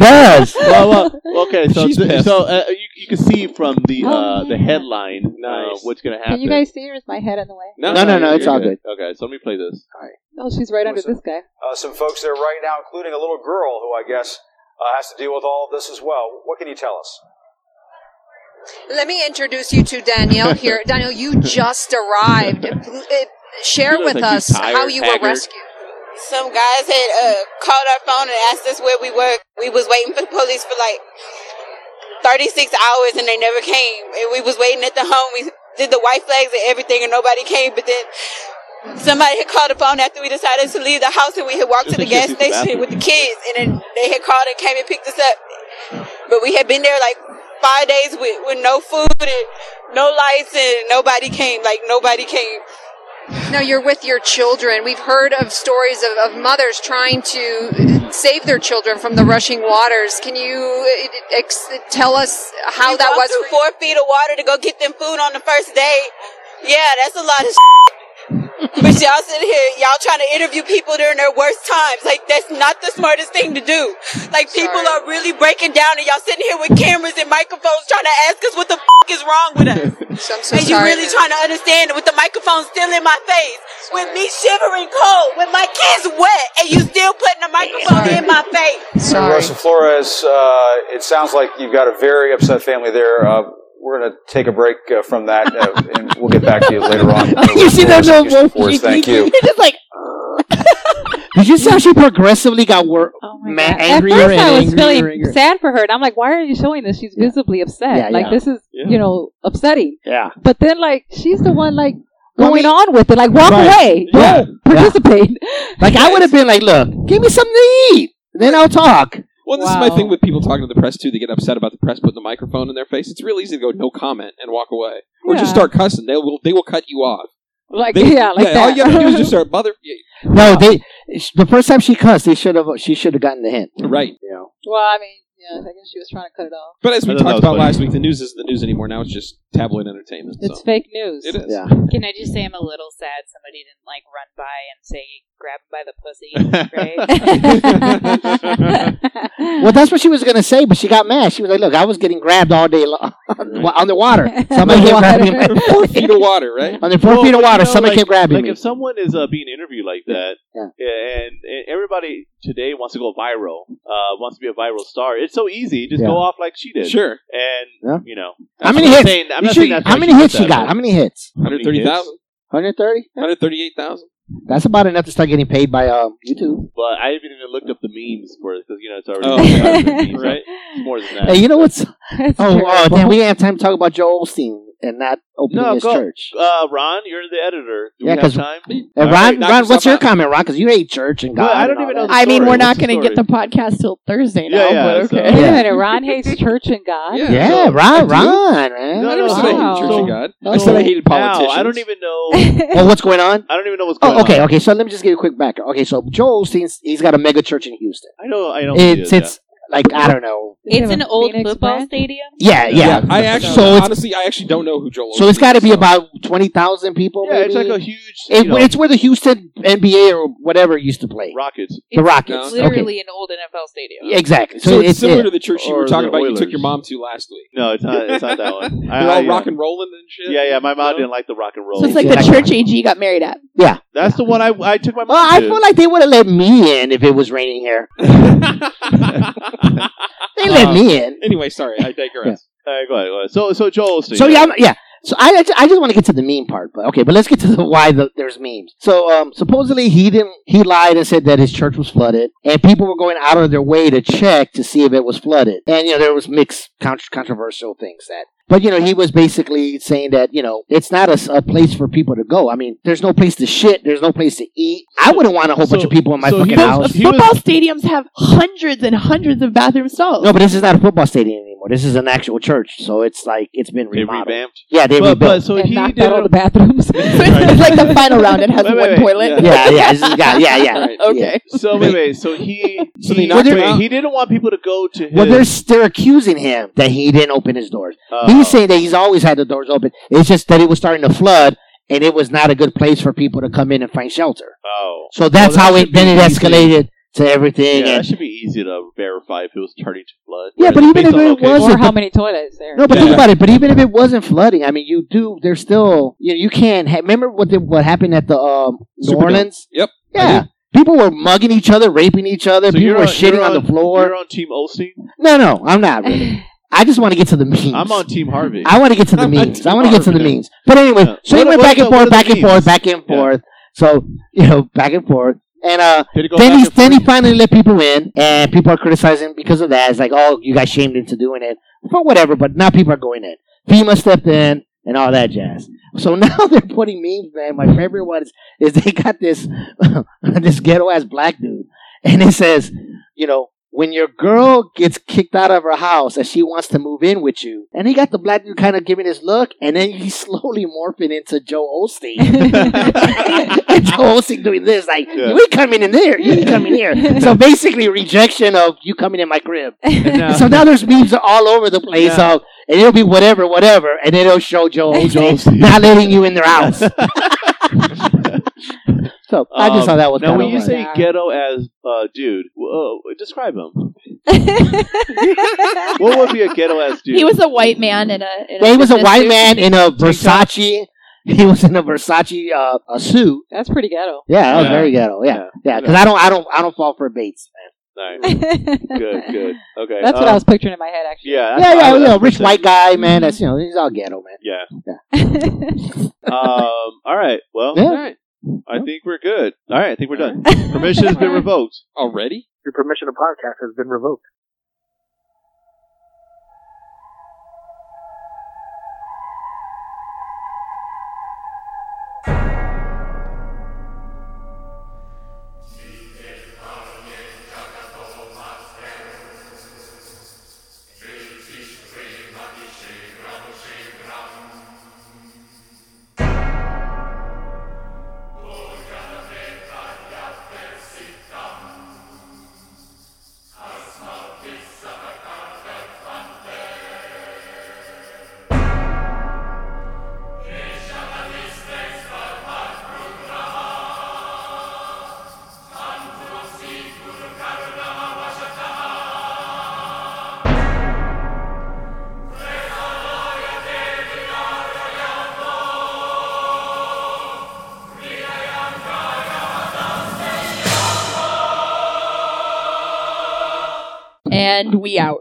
Speaker 1: <laughs>
Speaker 4: does.
Speaker 1: well, well, okay, so
Speaker 3: She's
Speaker 1: th-
Speaker 3: pissed.
Speaker 1: so uh, you, you can see from the
Speaker 5: Oh,
Speaker 1: uh, the
Speaker 5: yeah.
Speaker 1: headline uh,
Speaker 3: Nice.
Speaker 1: what's going to happen.
Speaker 5: Can you guys see her? Is my head in the way?
Speaker 4: No, no, no,
Speaker 1: you're
Speaker 4: it's all
Speaker 1: Okay, so let me play this.
Speaker 5: Oh, she's right under this
Speaker 9: What's that?
Speaker 5: guy.
Speaker 9: uh, some folks there right now, including a little girl who I guess uh, has to deal with all of this as well. What can you tell us?
Speaker 10: Let me introduce you to Danielle
Speaker 1: <laughs>
Speaker 10: here. Danielle, you just arrived. Uh, Share
Speaker 1: She looks
Speaker 10: with
Speaker 1: like
Speaker 10: us
Speaker 1: she's tired,
Speaker 10: how you
Speaker 1: haggard.
Speaker 10: were rescued.
Speaker 11: Some guys had uh, called our phone and asked us where we were. We was waiting for the police for like 36 hours and they never came. And we was waiting at the home. We did the white flags and everything and nobody came. But then somebody had called the phone after we decided to leave the house and we had walked to the gas station with the kids and then they had called and came and picked us up. But we had been there like five days with, with no food and no lights and nobody came. Like nobody came.
Speaker 10: No, you're with your children. We've heard of stories of, of mothers trying to save their children from the rushing waters. Can you uh, ex- tell us how
Speaker 11: We
Speaker 10: that
Speaker 11: walked
Speaker 10: was?
Speaker 11: through
Speaker 10: for you?
Speaker 11: four feet of water to go get them food on the first day. Yeah, that's a lot of. but y'all sitting here, y'all trying to interview people during their worst times. Like that's not the smartest thing to do. Like people are really breaking down, and y'all sitting here with cameras and microphones trying to ask us what the f- is wrong with us.
Speaker 10: So I'm so
Speaker 11: and you
Speaker 10: sorry
Speaker 11: really trying to understand it with the microphone still in my face, with me shivering cold, with my <laughs> kids wet, and you still putting the microphone in my face.
Speaker 9: Rosa Flores, uh, it sounds like you've got a very upset family there. Uh, we're going to take a break uh, from that, uh, and we'll get back to you later on.
Speaker 4: <laughs> <laughs> you see that
Speaker 9: Rosa
Speaker 4: little
Speaker 9: Houston
Speaker 4: wolf?
Speaker 9: Flores,
Speaker 4: <laughs>
Speaker 9: thank you.
Speaker 4: It's just like. Did you see how she progressively got wor- ma- angrier
Speaker 5: Oh At
Speaker 4: and
Speaker 5: first, I was
Speaker 4: angrier?
Speaker 5: feeling
Speaker 4: and angrier.
Speaker 5: sad for her, and I'm like, "Why are you showing this? She's visibly upset.
Speaker 4: Yeah,
Speaker 5: like
Speaker 4: yeah.
Speaker 5: this is, you know, upsetting."
Speaker 4: Yeah.
Speaker 5: But then, like, she's the one like
Speaker 4: Well, I
Speaker 5: going
Speaker 4: mean-
Speaker 5: on with it. Like, walk
Speaker 4: Right.
Speaker 5: away.
Speaker 4: Yeah. <laughs>
Speaker 5: Don't participate.
Speaker 4: Like I would have been like, look, give me something to eat, then I'll talk.
Speaker 3: Well, this is my thing with people talking to the press too. They get upset about the press putting the microphone in their face. It's real easy to go no comment and walk away, or
Speaker 5: Yeah.
Speaker 3: just start cussing. They will they will cut you off.
Speaker 5: Like,
Speaker 3: They-
Speaker 5: yeah, like
Speaker 3: All
Speaker 5: that.
Speaker 3: you have to do is just start mother.
Speaker 4: No, they. The first time she cussed, they should have. She should have gotten the hint.
Speaker 3: Right.
Speaker 5: well, I mean, yeah, I guess she was trying to cut it off.
Speaker 3: But as we
Speaker 1: I thought that
Speaker 3: talked
Speaker 1: was
Speaker 3: about
Speaker 1: funny.
Speaker 3: last week, the news isn't the news anymore. Now it's just tabloid entertainment.
Speaker 5: It's
Speaker 3: so.
Speaker 5: fake news.
Speaker 3: It is.
Speaker 4: Yeah.
Speaker 6: Can I just say I'm a little sad somebody didn't like run by and say grab him by the
Speaker 4: <laughs>
Speaker 6: pussy,
Speaker 5: <laughs>
Speaker 6: right?
Speaker 4: Well, that's what she was gonna say, but she got mad. She was like, "Look, I was getting grabbed all day long <laughs>
Speaker 1: Mm.
Speaker 4: underwater. Somebody kept grabbing me
Speaker 3: Four
Speaker 4: <laughs>
Speaker 3: feet of water, right?
Speaker 4: under four
Speaker 1: Well,
Speaker 4: feet of
Speaker 1: but,
Speaker 4: water.
Speaker 1: you know,
Speaker 4: somebody
Speaker 1: like,
Speaker 4: kept grabbing
Speaker 1: like
Speaker 4: me."
Speaker 1: if someone is uh, being interviewed like that,
Speaker 4: Yeah.
Speaker 1: and, and everybody today wants to go viral, uh, wants to be a viral star. It's so easy. Just
Speaker 4: Yeah.
Speaker 1: go off like she did.
Speaker 3: Sure,
Speaker 1: And
Speaker 4: Yeah.
Speaker 1: you know,
Speaker 4: How many
Speaker 1: I'm not
Speaker 4: hits?
Speaker 1: saying- I'm
Speaker 4: You
Speaker 1: not
Speaker 4: should-
Speaker 1: saying that's
Speaker 4: how
Speaker 1: why
Speaker 4: many
Speaker 1: she did
Speaker 4: hits she
Speaker 1: that,
Speaker 4: got?
Speaker 1: but-
Speaker 4: How many hits?
Speaker 1: How many
Speaker 3: hundred thirty thousand,
Speaker 4: 130.
Speaker 3: hundred thirty-eight thousand.
Speaker 4: That's about enough to start getting paid by um, YouTube.
Speaker 1: But I haven't even looked up the memes for it because you know it's already
Speaker 4: <laughs>
Speaker 3: Oh,
Speaker 1: oh, memes, right? It's more than that.
Speaker 4: Hey, you
Speaker 1: <laughs>
Speaker 4: know what's?
Speaker 5: It's
Speaker 4: Oh, oh,
Speaker 5: terrible.
Speaker 4: damn! We didn't have time to talk about Joel Osteen and not opening
Speaker 1: No,
Speaker 4: his
Speaker 1: go-
Speaker 4: church.
Speaker 1: uh, Ron, you're the editor. Do
Speaker 4: Yeah,
Speaker 1: we
Speaker 4: 'cause-
Speaker 1: have time?
Speaker 4: And
Speaker 1: All
Speaker 4: Ron,
Speaker 1: right, knock
Speaker 4: Ron, what's
Speaker 1: yourself
Speaker 4: your
Speaker 1: out.
Speaker 4: comment, Ron? Because you hate church and God.
Speaker 1: Well, I don't
Speaker 4: and all
Speaker 1: even know
Speaker 4: that.
Speaker 1: the
Speaker 2: I mean,
Speaker 1: story.
Speaker 2: we're not
Speaker 1: What's the
Speaker 2: going to get the
Speaker 1: story?
Speaker 2: podcast till Thursday now,
Speaker 1: Yeah, yeah,
Speaker 2: but
Speaker 1: so-
Speaker 2: okay.
Speaker 5: Wait a minute, Ron hates church and God. <laughs>
Speaker 3: Yeah.
Speaker 4: Yeah,
Speaker 1: No,
Speaker 4: Ron,
Speaker 3: I do.
Speaker 4: Ron, man.
Speaker 1: No,
Speaker 3: I
Speaker 1: no,
Speaker 3: never said I
Speaker 5: wow. Oh.
Speaker 3: hated Church of God. I said I hated
Speaker 1: Wow,
Speaker 3: politicians.
Speaker 1: I don't even
Speaker 4: <laughs>
Speaker 1: know.
Speaker 4: Well, Oh, what's going on?
Speaker 1: I don't even know what's going
Speaker 4: Oh, okay,
Speaker 1: on.
Speaker 4: okay. So let me just give you a quick background. Okay, so Joel Osteen's he's got a mega church in Houston.
Speaker 1: I know. I know.
Speaker 4: It's it's like I don't know.
Speaker 6: it's an old
Speaker 5: Phoenix
Speaker 6: football
Speaker 5: brand?
Speaker 6: stadium.
Speaker 4: Yeah, yeah.
Speaker 3: I actually,
Speaker 4: so it's
Speaker 3: honestly, I actually don't know who Joel.
Speaker 4: so it's
Speaker 3: Osteen
Speaker 4: got to
Speaker 3: is,
Speaker 4: be
Speaker 3: so.
Speaker 4: about twenty thousand people.
Speaker 1: yeah, it's like
Speaker 4: maybe.
Speaker 1: a huge.
Speaker 4: It-
Speaker 1: you know,
Speaker 4: it's where the Houston NBA or whatever used to play.
Speaker 1: rockets.
Speaker 4: The Rockets.
Speaker 3: It's
Speaker 4: Okay.
Speaker 6: Literally an old NFL stadium.
Speaker 4: Exactly.
Speaker 3: So, it's, similar to the church you
Speaker 1: Or
Speaker 3: were talking
Speaker 1: the
Speaker 3: about. You took
Speaker 1: Oilers.
Speaker 3: your mom to last week.
Speaker 1: No, it's not. It's not that
Speaker 3: <laughs>
Speaker 1: one. I-
Speaker 3: They're
Speaker 1: I,
Speaker 3: all
Speaker 1: yeah.
Speaker 3: rock and rolling and shit.
Speaker 1: Yeah, yeah. My mom didn't like the rock and roll.
Speaker 2: So it's like the church AG got married at.
Speaker 1: That's the one I I took my mom.
Speaker 4: Well, I
Speaker 1: to.
Speaker 4: feel
Speaker 1: <laughs>
Speaker 4: like they would have let me in if it was raining here. They let
Speaker 3: Um,
Speaker 4: me in.
Speaker 3: anyway, sorry, I digress.
Speaker 1: All right, go ahead, go ahead. So so Joel Osteen.
Speaker 4: So yeah, I'm, yeah. So I, I just want to get to the meme part, but okay, but let's get to the <laughs> why the, there's memes. So um, supposedly he didn't he lied and said that his church was flooded, and people were going out of their way to check to see if it was flooded, and you know there was mixed contr controversial things that. But you know he was basically saying that you know it's not a, s- a place for people to go. I mean, there's no place to shit, there's no place to eat. I wouldn't want a whole bunch
Speaker 1: so-
Speaker 4: of people in my
Speaker 1: so he
Speaker 4: fucking
Speaker 1: was-
Speaker 4: house.
Speaker 1: he was-
Speaker 2: Football stadiums have hundreds and hundreds of bathroom stalls.
Speaker 4: No, but this is not a football stadium anymore. This is an actual church, so it's like it's been
Speaker 1: They
Speaker 4: remodeled.
Speaker 1: revamped.
Speaker 4: yeah, they
Speaker 1: But,
Speaker 4: rebuilt.
Speaker 1: but so
Speaker 2: and
Speaker 1: he
Speaker 2: knocked
Speaker 1: did.
Speaker 2: out all the bathrooms.
Speaker 1: <laughs>
Speaker 2: so
Speaker 1: Right.
Speaker 2: <laughs> it's, it's like the final round. It has
Speaker 1: Wait, wait,
Speaker 2: one
Speaker 1: wait.
Speaker 2: toilet.
Speaker 1: <laughs>
Speaker 4: yeah,
Speaker 2: <laughs>
Speaker 4: yeah, this is got, yeah, yeah.
Speaker 3: Right.
Speaker 2: Okay.
Speaker 1: So wait, wait. So he
Speaker 3: <laughs> So they
Speaker 1: he,
Speaker 3: knocked
Speaker 1: wait,
Speaker 3: him out?
Speaker 1: he didn't want people to go to his.
Speaker 4: Well, they're, they're accusing him that he didn't open his doors.
Speaker 1: uh,
Speaker 4: he's saying that he's always had the doors open. It's just that it was starting to flood, and it was not a good place for people to come in and find shelter.
Speaker 1: Oh,
Speaker 4: So that's
Speaker 1: that
Speaker 4: how
Speaker 1: should be
Speaker 4: it then it
Speaker 1: easy.
Speaker 4: escalated to everything.
Speaker 1: yeah, that
Speaker 4: and,
Speaker 1: should be easy to verify if it was turning to blood.
Speaker 4: Yeah, but
Speaker 1: Based
Speaker 4: even if
Speaker 1: on
Speaker 4: it
Speaker 1: location.
Speaker 4: was-
Speaker 5: Or
Speaker 4: <laughs> it
Speaker 5: how
Speaker 4: the-
Speaker 5: many toilets there? <laughs>
Speaker 4: no, but
Speaker 3: Yeah.
Speaker 4: think about it. But even if it wasn't flooding, I mean, you do. There's still you know, you can't ha- remember what the, what happened at the um, New
Speaker 3: Superdome.
Speaker 4: Orleans.
Speaker 3: Yep, I
Speaker 4: Yeah. People were mugging each other, raping each other.
Speaker 1: So
Speaker 4: people
Speaker 1: you're
Speaker 4: were
Speaker 1: on-
Speaker 4: shitting
Speaker 1: you're
Speaker 4: on, the
Speaker 1: You're
Speaker 4: floor.
Speaker 1: on Team Osteen.
Speaker 4: No, no, I'm not really. I just want to get to the memes.
Speaker 1: I'm on Team Harvey.
Speaker 4: I want to get
Speaker 1: <laughs>
Speaker 4: to the
Speaker 3: I'm not
Speaker 4: memes. I want to get to the
Speaker 1: Marvin.
Speaker 4: memes. But anyway,
Speaker 1: Yeah.
Speaker 4: so
Speaker 1: What
Speaker 4: he
Speaker 1: are-
Speaker 4: went
Speaker 1: what
Speaker 4: back
Speaker 1: are
Speaker 4: and
Speaker 1: the-
Speaker 4: forth,
Speaker 1: what are
Speaker 4: back
Speaker 1: the
Speaker 4: and forth,
Speaker 1: memes?
Speaker 4: back and
Speaker 1: Yeah.
Speaker 4: forth. So you know, back and forth. And uh,
Speaker 1: Did it go
Speaker 4: then
Speaker 1: back
Speaker 4: he
Speaker 1: and forth?
Speaker 4: then he finally let people in, and people are criticizing him because of that. It's like, oh, you guys shamed into doing it, but whatever. But now people are going in. FEMA stepped in and all that jazz. So <laughs> now they're putting memes, man. My favorite one is, is they got this <laughs> this ghetto ass black dude, and it says, you know, when your girl gets kicked out of her house and she wants to move in with you, and he got the black dude kind of giving his look, and then he's <laughs> slowly morphing into Joe Osteen. <laughs> and Joe Osteen doing this, like,
Speaker 1: Yeah.
Speaker 4: you ain't coming in there, you ain't coming here. so basically, rejection of you coming in my crib.
Speaker 1: uh,
Speaker 4: So now there's memes all over the place of, and it'll be whatever, whatever, and then it'll show
Speaker 1: <laughs>
Speaker 4: Joe Osteen not letting you in their house. <laughs> so I just
Speaker 1: Um,
Speaker 4: thought that was
Speaker 1: now
Speaker 4: kind
Speaker 1: when
Speaker 4: of
Speaker 1: you say ghetto as uh, dude, whoa, describe him. what would be a ghetto as dude?
Speaker 2: <laughs> He was a white man in a. In
Speaker 4: Yeah, he was a
Speaker 2: business
Speaker 4: white
Speaker 2: suit.
Speaker 4: man in a Versace. <laughs> He was in a Versace uh, a suit.
Speaker 5: That's pretty ghetto.
Speaker 4: Yeah, that was
Speaker 1: Yeah.
Speaker 4: very ghetto. Yeah, yeah. Because I don't, I don't, I don't fall for baits.
Speaker 1: Nice.
Speaker 5: Good,
Speaker 1: Good, good.
Speaker 2: <laughs>
Speaker 1: Okay.
Speaker 5: <laughs> That's what I
Speaker 1: um,
Speaker 5: was picturing in my head, actually.
Speaker 1: Yeah,
Speaker 4: Yeah,
Speaker 1: that's- I
Speaker 4: yeah,
Speaker 1: would-
Speaker 4: yeah.
Speaker 1: that's
Speaker 4: Rich
Speaker 1: the
Speaker 4: white
Speaker 1: same.
Speaker 4: guy, man. That's you know, he's all ghetto, man.
Speaker 1: Mm-hmm. Yeah. um. All right. Well.
Speaker 4: Yeah.
Speaker 1: I think we're good. All right. I think we're done. Permission
Speaker 4: <laughs>
Speaker 1: has been revoked.
Speaker 3: <laughs> Already?
Speaker 12: Your permission to podcast has been revoked.
Speaker 2: And we out.